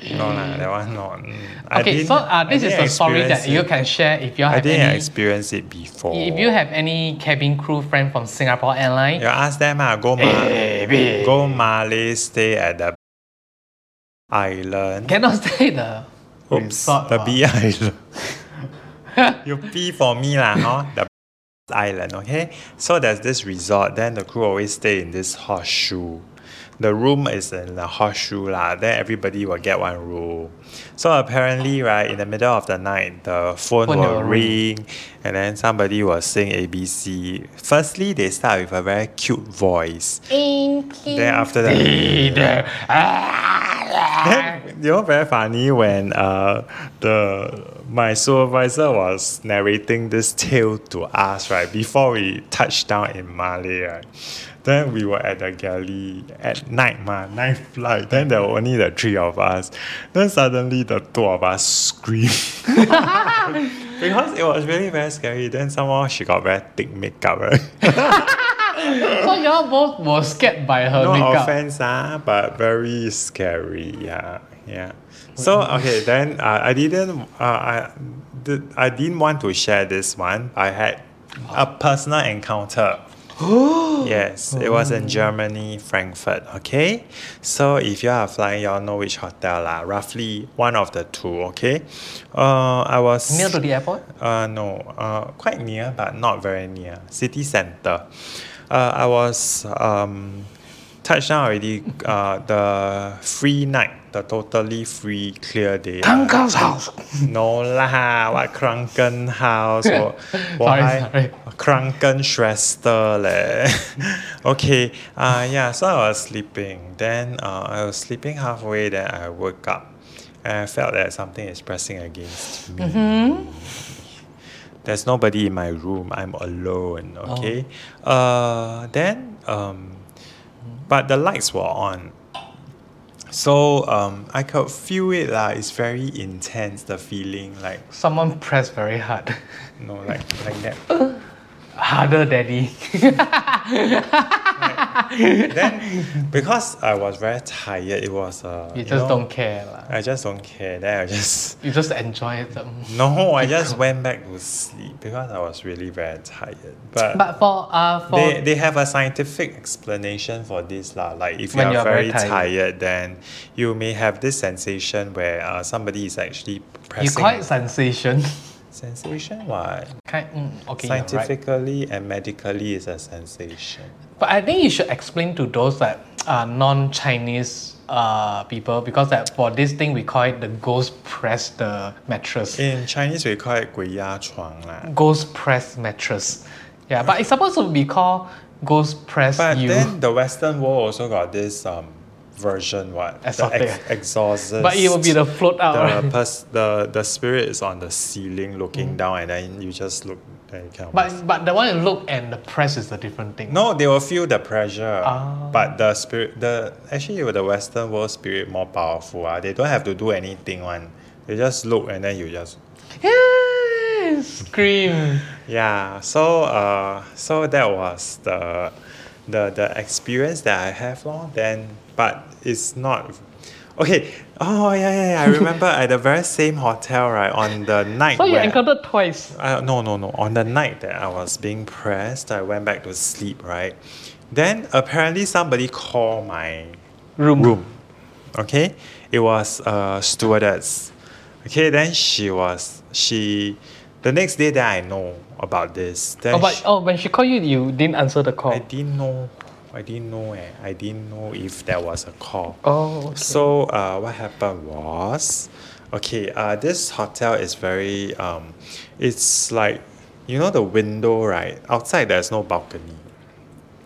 B: E.
A: no lah, that one not. mm, I
B: Okay,
A: didn't-
B: so uh,
A: I
B: this is
A: didn't
B: a story
A: experience
B: that you
A: it.
B: can share if you
A: I
B: have
A: didn't
B: any.
A: experience it before.
B: If you have any cabin crew friend from Singapore Airlines,
A: You ask them ah, go Mal- go Malay, stay at the island.
B: cannot <laughs> stay the
A: Oops,
B: resort.
A: the
B: or-
A: B <laughs> island. you P for me lah, huh? The <laughs> island, okay? So there's this resort, then the crew always stay in this horseshoe. The room is in the horseshoe lah, then everybody will get one room. So apparently, right, in the middle of the night, the phone,
B: Phone
A: will
B: will
A: ring and then somebody will sing ABC. Firstly, they start with a very cute voice. Then after that,
B: <coughs> <laughs> Either. Ah,
A: Then, you know, very funny when uh, the my supervisor was narrating this tale to us, right? Before we touched down in Malay, right? Then we were at the galley at night, ma, night flight. Then there were only the three of us. Then suddenly the two of us screamed. <laughs> because it was really very scary. Then somehow she got very thick makeup, right?
B: so y'all both were scared by her
A: no
B: makeup.
A: offense, ah, but very scary. Yeah, yeah. So okay, then uh, I didn't. Uh, I did, I didn't want to share this one. I had a personal
B: <gasps>
A: encounter. yes, it was in Germany, Frankfurt. Okay, so if you are flying, you all know which hotel lah. Roughly one of the two. Okay, uh, I was
B: Near to the airport?
A: uh, no, uh, quite near, but not very near. City center. Uh, I was um, touched down already. Uh, the free night, the totally free clear day.
B: Uncle's house.
A: no lah, what Kranken house? 我
B: <laughs> Sorry,
A: 我还
B: sorry.
A: Kranken Schwester leh. <laughs> okay, uh, yeah. So I was sleeping. Then uh, I was sleeping halfway. Then I woke up. And I felt that something is pressing against me.
B: Mm-hmm.
A: There's nobody in my room. I'm alone.
B: Oh.
A: Okay. Uh, then, um, but the lights were on. So um, I could feel it lah. It's very intense. The feeling like
B: Someone pressed very hard. <laughs>
A: no, like like that.
B: Harder, daddy.
A: then because I was very tired, it was uh,
B: You
A: you
B: just
A: know,
B: don't care. lah.
A: I just don't care. Then I just <laughs>
B: You just enjoy it. um.
A: no, I just went back to sleep because I was really very tired. But,
B: But for uh for
A: they, they have a scientific explanation for this lah. Like if you are,
B: When you are
A: very
B: very
A: tired.
B: tired.
A: then you may have this sensation where uh, somebody is actually pressing.
B: you call it sensation. <laughs>
A: sensation? What?
B: kind, mm, okay, you're right.
A: Scientifically and medically is a sensation.
B: But I think you should explain to those that are non-Chinese uh, people because that for this thing we call it the ghost press the mattress.
A: In Chinese, we call it 鬼压床 lah.
B: Ghost press mattress. Yeah, but it's supposed to be called ghost press
A: But
B: you.
A: then the Western world also got this um version what the
B: Exotic.
A: ex- exorcist.
B: but it will be the float out.
A: <laughs> the,
B: right?
A: pers- the the spirit is on the ceiling looking down, and then you just look. And you can
B: Mm. But but the one you look and the press is a different thing.
A: no, they will feel the pressure.
B: Ah.
A: But the spirit, the actually with the Western world spirit more powerful. Ah, they don't have to do anything. One, they just look and then you just
B: Yeah, scream.
A: yeah. So uh, so that was the the the experience that I have lor. Then, but it's not. Okay. Oh yeah yeah. yeah. I
B: <laughs>
A: remember at the very same hotel right on the night.
B: So you
A: where-
B: encountered twice.
A: uh, no, no, no. On the night that I was being pressed, I went back to sleep, right? Then apparently somebody called my
B: Room.
A: room. Okay? It was a stewardess. Okay, then she was, she, the next day that I know about this, then
B: Oh, but
A: she-
B: oh, when she called you, you didn't answer the
A: I
B: call.
A: didn't know, I didn't know, eh. I didn't know if there was a call.
B: Oh, okay.
A: So uh, what happened was, okay, uh, this hotel is very, um, it's like, you know, the window right outside. There's no balcony,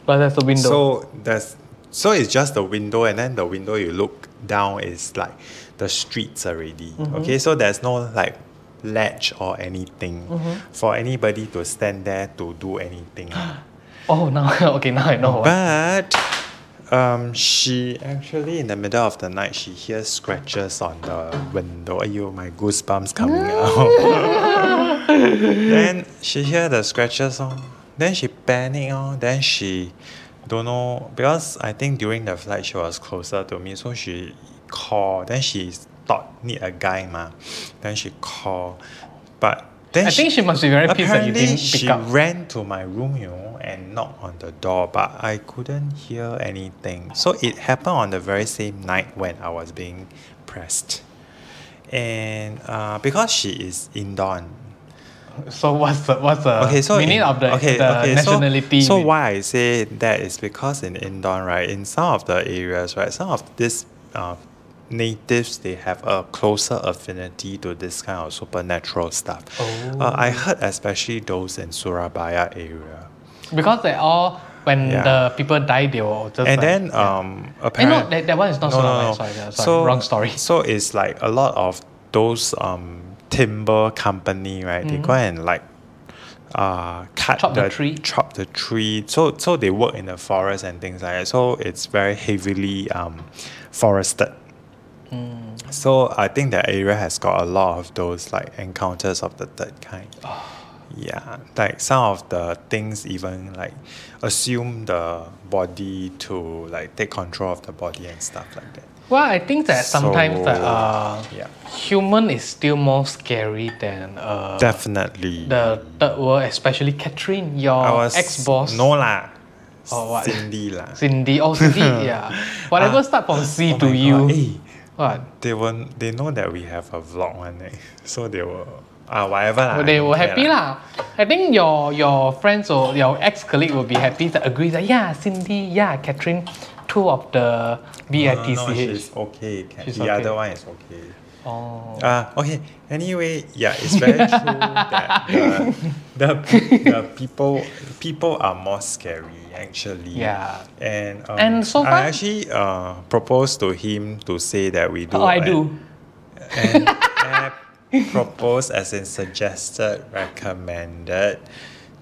B: but there's a window.
A: so there's so it's just the window, and then the window
B: Mm-hmm.
A: you look down is like the streets already. Okay, so there's no like ledge or anything
B: Mm-hmm.
A: for anybody to stand there to do
B: <gasps>
A: anything.
B: Oh, now <laughs> okay, now Oh, I know. why.
A: But um, she actually in the middle of the night she hears scratches on the window. Ayo, my goosebumps
B: <laughs>
A: coming out. then she hear the scratches on. Then she panic on. Then she don't know because I think during the flight she was closer to me, so she call. Then she thought need a guy ma. Then she call, but then
B: I
A: she,
B: think she must be very pissed that you
A: Apparently,
B: didn't
A: she
B: pick up.
A: ran to my room, you know, and knocked on the door, but I couldn't hear anything. So it happened on the very same night when I was being pressed, and uh, because she is Indon.
B: So what's the what's the
A: Okay, so
B: meaning
A: in-
B: of the,
A: okay,
B: the
A: okay, so-
B: nationality?
A: So, why I say that is because in Indon, right, in some of the areas, right, some of these uh, natives they have a closer affinity to this kind of supernatural stuff.
B: Oh.
A: Uh, I heard especially those in Surabaya area.
B: Because they all when
A: Yeah.
B: the people die, they will just
A: and
B: like,
A: then um
B: Eh, no,
A: apparently
B: that, that one is not so long. Sorry, sorry,
A: So-
B: wrong story.
A: so it's like a lot of those um timber company right they go
B: Mm-hmm.
A: and like uh cut
B: Chop the tree.
A: chop the tree so so they work in the forest and things like that so it's very heavily um forested
B: Hmm.
A: so I think that area has got a lot of those like encounters of the third
B: <sighs>
A: kind.
B: Oh.
A: Yeah, like some of the things even like assume the body to like take control of the body and stuff like that.
B: Well, I think that sometimes
A: So,
B: that uh,
A: yeah.
B: human is still more scary than uh,
A: Definitely.
B: the third world, especially Catherine, your
A: I was
B: ex-boss.
A: No lah.
B: Or what?
A: Cindy lah.
B: Cindy, oh
A: <laughs>
B: Cindy, yeah. Whatever start from C
A: Oh
B: to
A: my
B: U.
A: God, eh,
B: What?
A: they were they know that we have a vlog one eh. <laughs> so they were ah whatever lah.
B: Well, they
A: I don't
B: were
A: care
B: happy lah. I think your your friends or your ex colleague will be happy to agree that yeah, Cindy, yeah, Catherine, two of
A: No,
B: the
A: no,
B: BITCH.
A: she's okay. Can,
B: She's
A: the
B: okay.
A: other one is okay.
B: oh,
A: Uh, okay. Anyway, yeah, it's
B: <laughs>
A: very true that the, the, the people people are more scary actually.
B: Yeah.
A: And um,
B: And so far-
A: I actually uh, proposed to him to say that we do.
B: oh,
A: an-
B: I do.
A: and app proposed as in suggested, recommended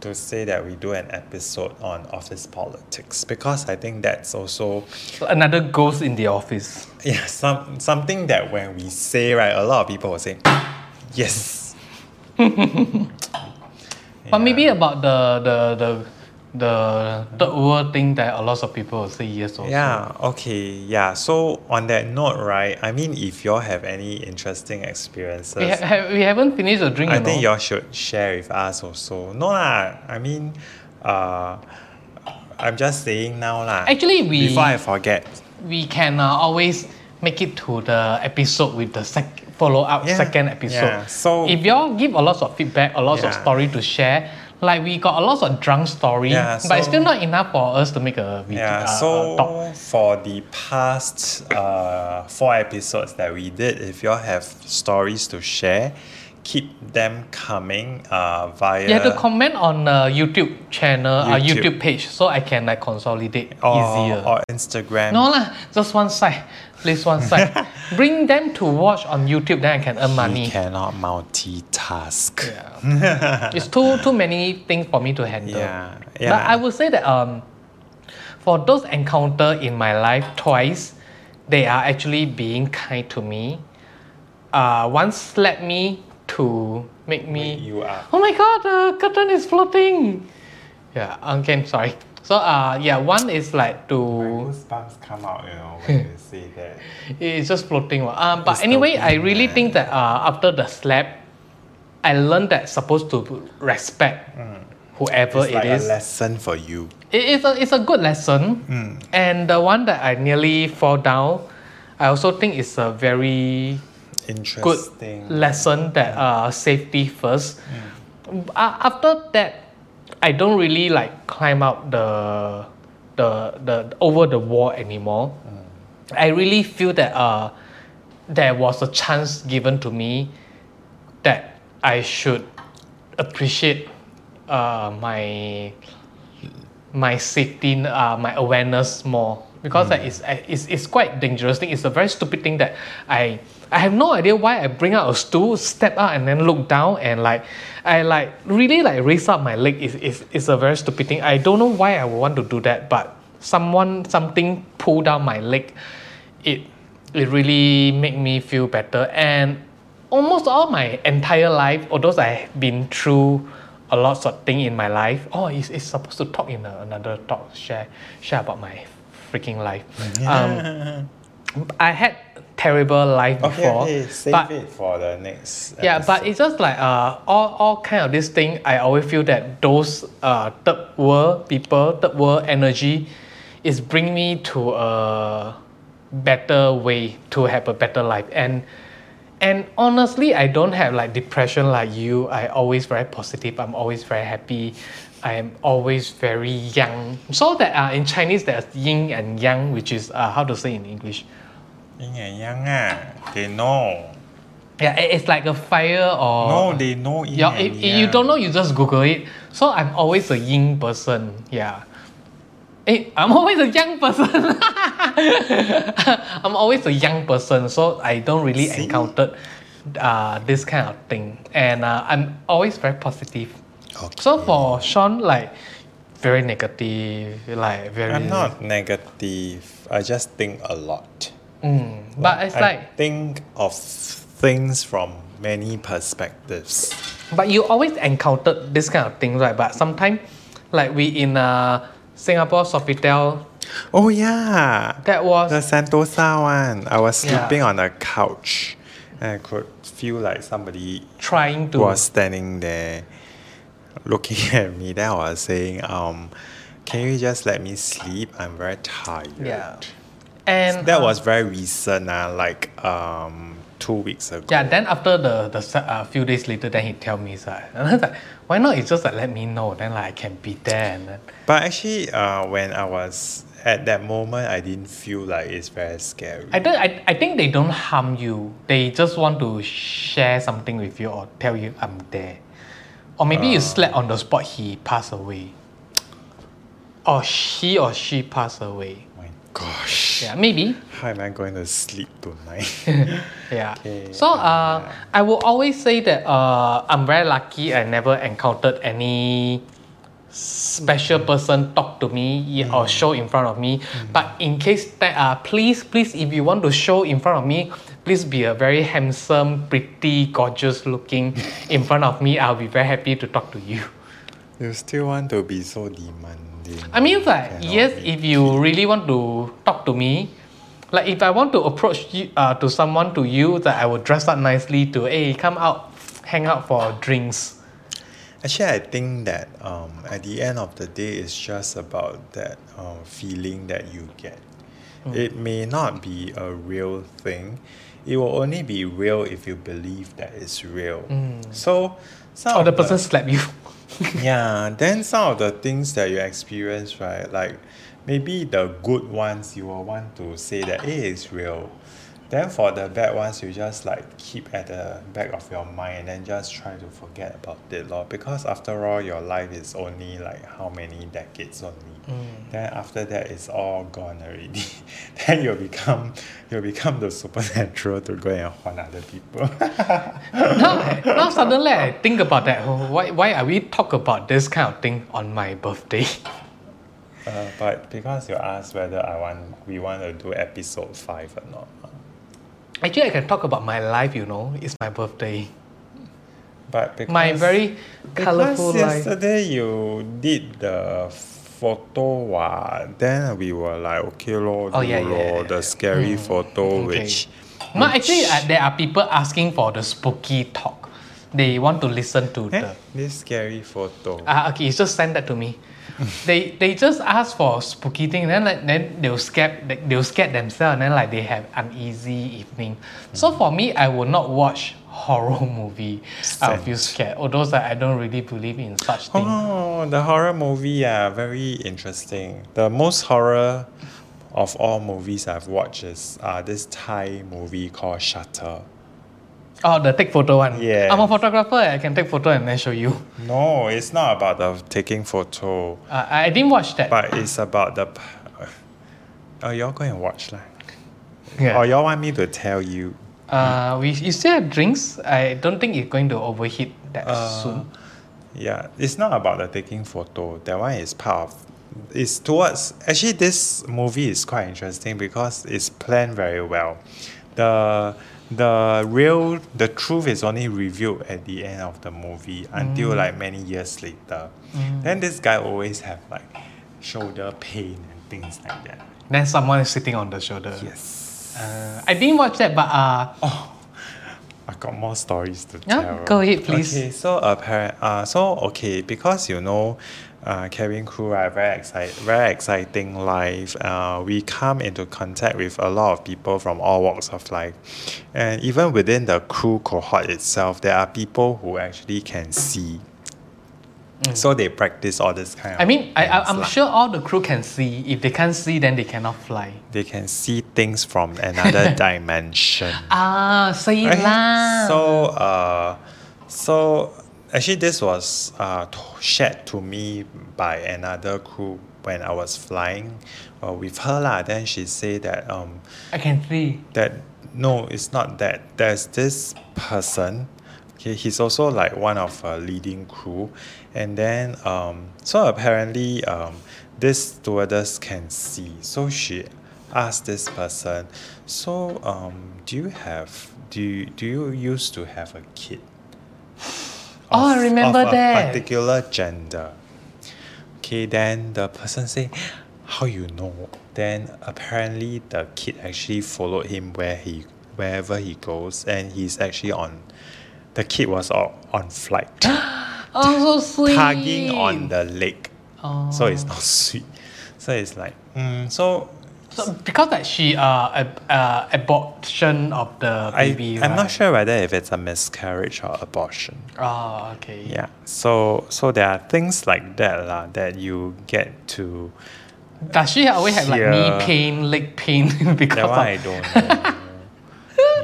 A: to say that we do an episode on office politics because I think that's also
B: Another ghost in the office.
A: yeah some something that when we say right a lot of people will say yes
B: But maybe about the the the the third world thing that a lot of people will say yes also.
A: Yeah, okay, yeah. So on that note, right, I mean if y'all have any interesting experiences,
B: We, ha- ha- we haven't finished the drink.
A: I
B: you know.
A: think y'all should share with us also. No lah, I mean uh I'm just saying now lah.
B: Actually, we-
A: before I forget.
B: we can uh, always make it to the episode with the sec- follow up
A: Yeah,
B: second episode.
A: yeah. So-
B: if y'all give a lot of feedback, a lot of
A: Yeah.
B: story to share, like we got a lot of drunk story,
A: Yeah,
B: but it's
A: so-
B: still not enough for us to make a video.
A: Yeah,
B: uh, uh, talk.
A: so for the past uh, four episodes that we did, if y'all have stories to share, keep them coming uh, via
B: You have to comment on uh, YouTube channel, YouTube. Uh,
A: YouTube. Oh,
B: YouTube page, so I can like consolidate easier.
A: or, or Instagram.
B: No lah, just one side, please one
A: <laughs>
B: side. Bring them to watch on YouTube, then I can earn
A: We
B: money.
A: cannot multitask.
B: It's too too many things for me to handle.
A: Yeah,
B: But
A: yeah.
B: I would say that um, for those encounter in my life twice, they are actually being kind to me. Uh, one slapped me to make me.
A: you up.
B: Oh my god, the curtain is floating. Yeah. um, Okay. Sorry. So uh, yeah, one is like to
A: Goosebumps come out, you know, when
B: <laughs>
A: you say that.
B: it's just floating. wa. Um, but
A: It's
B: anyway,
A: floating,
B: I really
A: yeah.
B: think that uh, after the slap, I learned that supposed to respect
A: Mm.
B: whoever
A: It's like
B: it is.
A: a lesson for you.
B: It- it's a it's a good lesson, and the one that I nearly fall down, I also think it's a very good
A: Interesting.
B: lesson that uh, safety first. A- after that, I don't really like climb up the the the over the wall anymore. I really feel that uh, there was a chance given to me that I should appreciate uh, my my safety, uh, my awareness more because like, it's, I- it's it's quite dangerous thing. It's a very stupid thing that I I have no idea why I bring out a stool, step out, and then look down and like I like really like raise up my leg. It's, it's, it's a very stupid thing. I don't know why I would want to do that, but someone something pulled down my leg. It it really made me feel better and almost all my entire life, although I've been through a lot of things in my life. Oh, it's, it's supposed to talk in a, another talk, share, share about my freaking life. Um, I had terrible life
A: Okay,
B: before.
A: okay, save
B: but
A: it for the next.
B: yeah, but
A: episode.
B: it's just like uh, all, all kind of this thing. I always feel that those uh, third world people, third world energy, is bring me to a better way to have a better life. And and honestly, I don't have like depression like you. I always very positive. I'm always very happy. I am always very young. So that uh, in Chinese there's yin and yang, which is uh, how to say in English.
A: Yin and Yang ah, they know.
B: Yeah, it- it's like a fire or
A: No, they know Yin
B: Yeah,
A: and
B: if, if
A: Yang.
B: Oh. you don't know, you just Google it. So I'm always a young person. Yeah. Eh, I'm <laughs> always a young person. <laughs> I'm always a young person, so I don't really
A: See?
B: encounter uh, this kind of thing. And uh, I'm always very positive.
A: Okay.
B: So for Sean, like very negative, like very.
A: I'm not negative. I just think a lot.
B: Mm, but it's like,
A: I think of things from many perspectives.
B: but you always encountered this kind of thing, right? But sometimes, like we in uh, Singapore Sofitel,
A: Oh yeah,
B: that was
A: the Sentosa one. I was
B: Yeah.
A: sleeping on a couch, and I could feel like somebody
B: trying to
A: was standing there, looking <laughs> at me. Then I was saying, um, "Can you just let me sleep? I'm very tired."
B: yeah Uh-huh. and
A: That was very recent, uh, like um, two weeks ago.
B: yeah then after the the se- uh, few days later then he tell me so and I was like <laughs> why not it's just like let me know then like I can be there and then
A: But actually, uh, when I was at that moment, I didn't feel like it's very scary.
B: I don't I, I think they don't harm you they just want to share something with you or tell you I'm there or maybe you slept on the spot he passed away or she or she passed away
A: Oh my gosh.
B: yeah maybe
A: How am I going to sleep tonight?
B: <laughs> Yeah.
A: Okay,
B: So uh, I will always say that uh, I'm very lucky. I never encountered any special person talk to me or show in front of me. But in case that, uh, please, please, if you want to show in front of me, please be a very handsome, pretty, gorgeous looking in front of me. I'll be very happy to talk to you.
A: you still want to be so demanding.
B: I mean,
A: Cannot
B: like yes,
A: be.
B: if you really want to talk to me, like if I want to approach you uh, to someone to you, that I will dress up nicely to hey come out, hang out for drinks.
A: Actually, I think that um, at the end of the day, it's just about that um, feeling that you get. It may not be a real thing. It will only be real if you believe that it's real. So, some
B: Or the
A: of the-
B: person slap you. <laughs>
A: yeah, then some of the things that you experience, right? Like maybe the good ones, you will want to say that it is real. Then for the bad ones, you just like keep at the back of your mind and then just try to forget about it, lor. Because after all, your life is only like how many decades only. Then after that, it's all gone already. <laughs> then you become you become the supernatural to go and haunt other people.
B: now, I- now suddenly I think about that. Oh, Why why are we talk about this kind of thing on my birthday? <laughs>
A: Uh, but because you asked whether I want we want to do episode five or not,
B: Actually, I can talk about my life. You know, it's my birthday.
A: but because
B: My very
A: because
B: colorful life.
A: yesterday you did the photo what then we were like okay lor,
B: Oh,
A: do
B: yeah, yeah,
A: lor,
B: yeah, yeah.
A: the scary photo
B: Okay.
A: which
B: No, actually, uh, there are people asking for the spooky talk. They want to listen to
A: eh,
B: the.
A: this scary photo
B: Ah, okay, you just send that
A: <laughs>
B: to me. they they just ask for spooky thing, then like then they'll scared they- they'll scared themselves, and then like they have uneasy evening. So
A: Mm.
B: for me, I will not watch horror <laughs> movie. I'll feel scared. Although like, I don't really believe in such thing.
A: oh the horror movie are very interesting. The most horror of all movies I've watched is uh, this Thai movie called Shutter.
B: Oh, the take photo one.
A: Yes.
B: I'm a photographer. I can take photo and then show you.
A: No, it's not about the taking photo.
B: Uh, I I didn't watch that.
A: But it's about the. p- Oh, y'all go and watch lah.
B: Yeah.
A: Or y'all want me to tell you?
B: Uh, we you still have drinks. I don't think it's going to overheat
A: Uh.
B: that soon.
A: Yeah, it's not about the taking photo. That one is part of. It's towards. Actually, this movie is quite interesting because it's planned very well. The the real the truth is only revealed at the end of the movie until like many years later. Then this guy always have like shoulder pain and things like that.
B: Then someone is sitting on the shoulder.
A: Yes. Oh.
B: Uh, I didn't watch that, but uh,
A: I got more stories to
B: Yeah,
A: tell.
B: go ahead, please.
A: Okay, so apparent, uh, so okay, because you know, uh, cabin crew are very excited, very exciting life. Uh, we come into contact with a lot of people from all walks of life, and even within the crew cohort itself, there are people who actually can see. So they practice all this kind of.
B: Mm. I mean, I, I,
A: things
B: I'm
A: lah.
B: sure all the crew can see. If they can't see, then they cannot fly.
A: they can see things from
B: <laughs>
A: another dimension.
B: Ah, say
A: Right?
B: lah.
A: So, uh, so actually, this was uh, t- shared to me by another crew when I was flying uh, with her lah. Then she said that um,
B: I can see.
A: that no, it's not that. There's this person. Okay, he's also like one of a leading crew, and then um, so apparently um, this stewardess can see. So she asked this person, so um, do you have do you, do you used to have a kid?
B: Oh, I
A: of-
B: remember
A: of a
B: that.
A: particular gender. Okay, then the person say, "How you know?" Then apparently the kid actually followed him where he wherever he goes, and he's actually on. The kid was on, on flight,
B: <gasps> Oh, so sweet.
A: tugging on the leg,
B: Oh.
A: so it's not sweet. So it's like, mm, so
B: So because that she uh, ab- uh abortion of the
A: I
B: baby.
A: I'm not
B: right?
A: sure whether if it's a miscarriage or abortion.
B: Oh, okay.
A: Yeah. So so there are things like that lah that you get to.
B: Does she always have like
A: Yeah.
B: knee pain, leg pain <laughs>
A: That
B: because of
A: one I don't know. <laughs>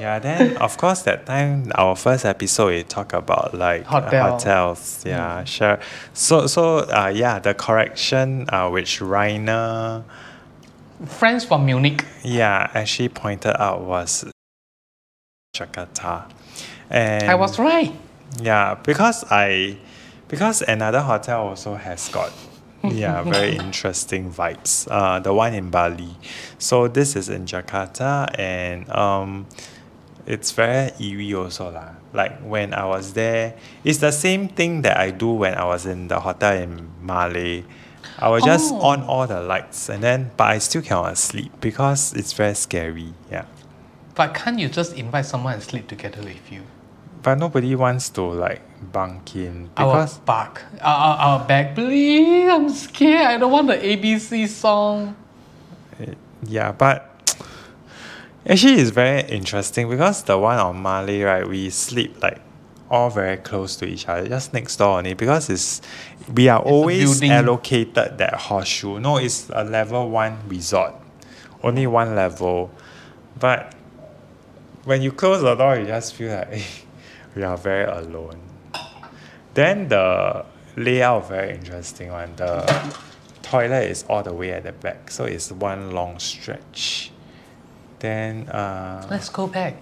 A: yeah, then of course that time our first episode we talk about like uh,
B: Hotel. Mm.
A: hotels. Yeah, sure. So so uh, yeah, the correction uh, which Rainer
B: friends from Munich?
A: yeah actually pointed out was Jakarta. And
B: I was right.
A: yeah, because I because another hotel also has got yeah, very interesting vibes. Uh the one in Bali. So this is in Jakarta and um it's very eerie also lah. Like when I was there, it's the same thing that I do when I was in the hotel in Malay. I will just
B: Oh.
A: on all the lights and then but I still cannot sleep because it's very scary. Yeah.
B: But can't you just invite someone and sleep together with you?
A: But nobody wants to like bunk in
B: I will
A: because
B: bark. I'll, I'll, I'll beg, please, I'm scared. I don't want the ABC song.
A: Yeah, but actually, it's very interesting because the one on Mali, right? We sleep like all very close to each other, just next door only. Because it's we are always
B: building.
A: allocated that horseshoe. No, it's a level one resort, only one level. But when you close the door, you just feel like eh, we are very alone. Then the layout very interesting one. The toilet is all the way at the back, so it's one long stretch. Then uh,
B: Let's go back.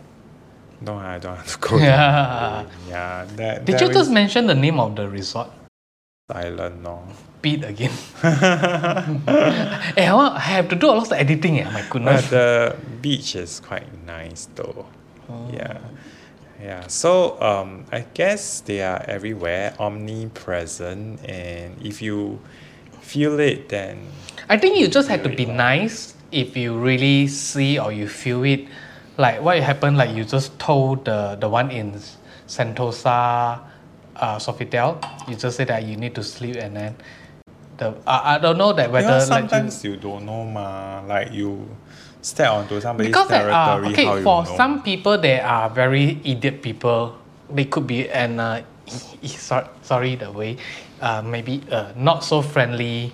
A: no, I don't have to go. there.
B: Yeah.
A: yeah that,
B: Did
A: there
B: you just
A: is
B: mention the name of the resort?
A: island? No.
B: Beat again. <laughs> Eh, I, want- I have to do a lot of editing. Eh. My <laughs>
A: But
B: goodness.
A: the beach is quite nice though.
B: Oh.
A: Yeah. Yeah. So um I guess they are everywhere, omnipresent and if you feel it then
B: I think you just have to be nice if you really see or you feel it. Like what happened, like you just told the, the one in Sentosa, uh, Sofitel, you just say that you need to sleep and then the I, I don't know that whether
A: because
B: like, you-
A: sometimes you don't know ma like you step onto somebody's
B: because like,
A: territory
B: uh, okay
A: how you
B: for
A: know.
B: some people they are very idiot people they could be an uh, e- e- sorry, sorry the way uh, maybe uh, not so friendly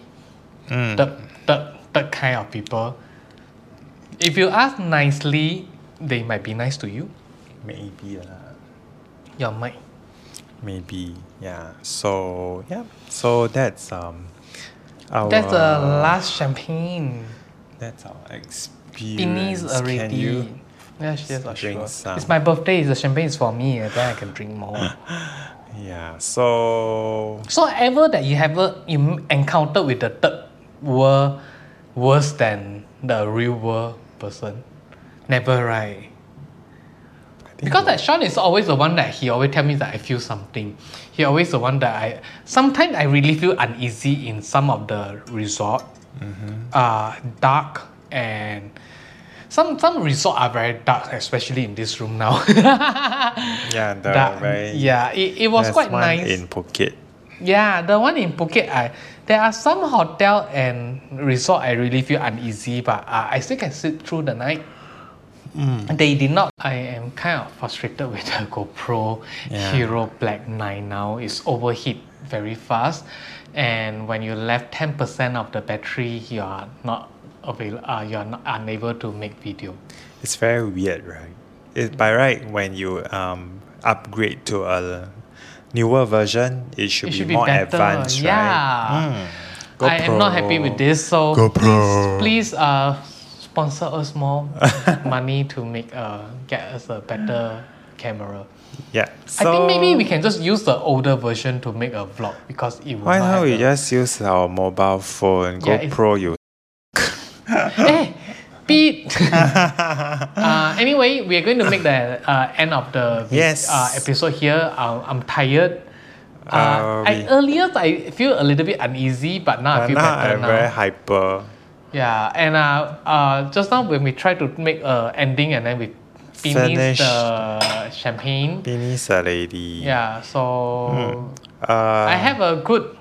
A: Hmm.
B: the, the, the kind of people if you ask nicely they might be nice to you
A: maybe lah.
B: your might
A: Maybe. Yeah. So yeah. So that's um our
B: that's the last champagne
A: That's our experience.
B: Pennies already.
A: Can you
B: yeah, she just
A: drink
B: assured.
A: some?
B: It's my birthday. The champagne is for me. eh, Then I can drink
A: <laughs>
B: more.
A: Yeah, so
B: so ever that you have a, you m- encountered with the third world worse than the real world person, never right? Because that Sean is always the one that he always tell me that I feel something. He always the one that I sometimes I really feel uneasy in some of the resort,
A: Mm-hmm.
B: uh, dark and some some resort are very dark, especially in this room now. <laughs>
A: yeah, the
B: Dark-
A: very
B: mm, yeah, it, it was
A: there's
B: quite
A: one
B: nice.
A: in Phuket.
B: Yeah, the one in Phuket, I there are some hotel and resort I really feel uneasy, but uh, I still can sit through the night. They did not. I am kind of frustrated <laughs> with the GoPro
A: Yeah.
B: Hero Black 9 now. It's overheat very fast, and when you left ten percent of the battery, you are not avail- uh, You are not unable to make video.
A: It's very weird, right? It, by right, when you um upgrade to a newer version, it should,
B: It
A: be,
B: should be
A: more
B: better,
A: advanced,
B: yeah.
A: right? Mm.
B: I am not happy with this, so
A: GoPro.
B: please, please uh, sponsor us more <laughs> money to make uh, get us a better camera.
A: Yeah.
B: I
A: so
B: think maybe we can just use the older version to make a vlog because it will.
A: Why
B: not
A: not
B: have
A: we
B: the-
A: just use our mobile phone?
B: Yeah, it's-
A: GoPro, you
B: Eh,
A: <laughs>
B: beat. uh, anyway, we are going to make the uh, end of the vi-
A: Yes.
B: uh, episode here. Um, I'm tired. Uh,
A: Uh,
B: I,
A: we-
B: earlier I feel a little bit uneasy, but now I
A: But
B: feel
A: now
B: better
A: I'm
B: now.
A: very hyper.
B: Yeah, and uh, uh, just now when we tried to make a ending and then we finish
A: Finish.
B: the champagne.
A: Beanie's a lady.
B: Yeah, so
A: Uh,
B: I have a good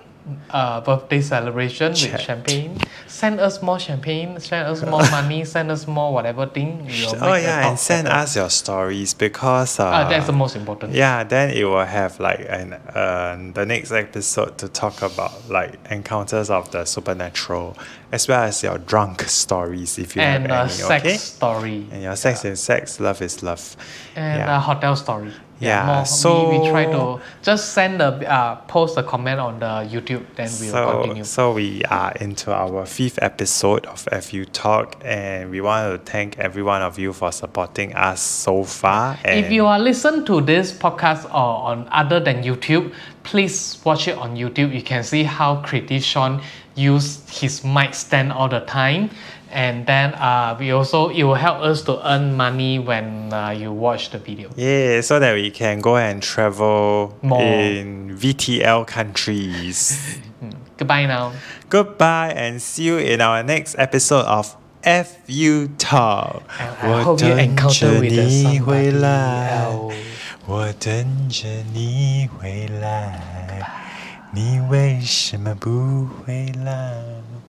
B: uh, birthday celebration with
A: Chat.
B: champagne. Send us more champagne. Send us
A: <laughs>
B: more money. Send us more whatever thing. We'll
A: oh
B: make the
A: yeah,
B: talk
A: and send
B: better.
A: us your stories because uh,
B: Ah, that's the most important.
A: yeah, then it will have like an uh, the next episode to talk about like encounters of the supernatural, as well as your drunk stories if you
B: and
A: have
B: a
A: any.
B: sex
A: okay.
B: story.
A: And your sex is sex, love is love.
B: and
A: yeah.
B: a hotel story.
A: Yeah,
B: more,
A: so-
B: we, we try to just send the uh, post a comment on the YouTube, then we'll
A: so,
B: continue.
A: so we are into our fifth episode of FU Talk, and we want to thank every one of you for supporting us so far. And
B: If you are listening to this podcast or on other than YouTube, please watch it on YouTube. You can see how Creative Sean used his mic stand all the time. And then uh, we also it will help us to earn money when uh, you watch the video.
A: Yeah, so that we can go and travel
B: More.
A: in VTL countries.
B: Goodbye now.
A: Goodbye and see you in our next episode of FU Talk.
B: And I hope you encounter with the somebody else.
A: 我等着你回来，我等着你回来，你为什么不回来？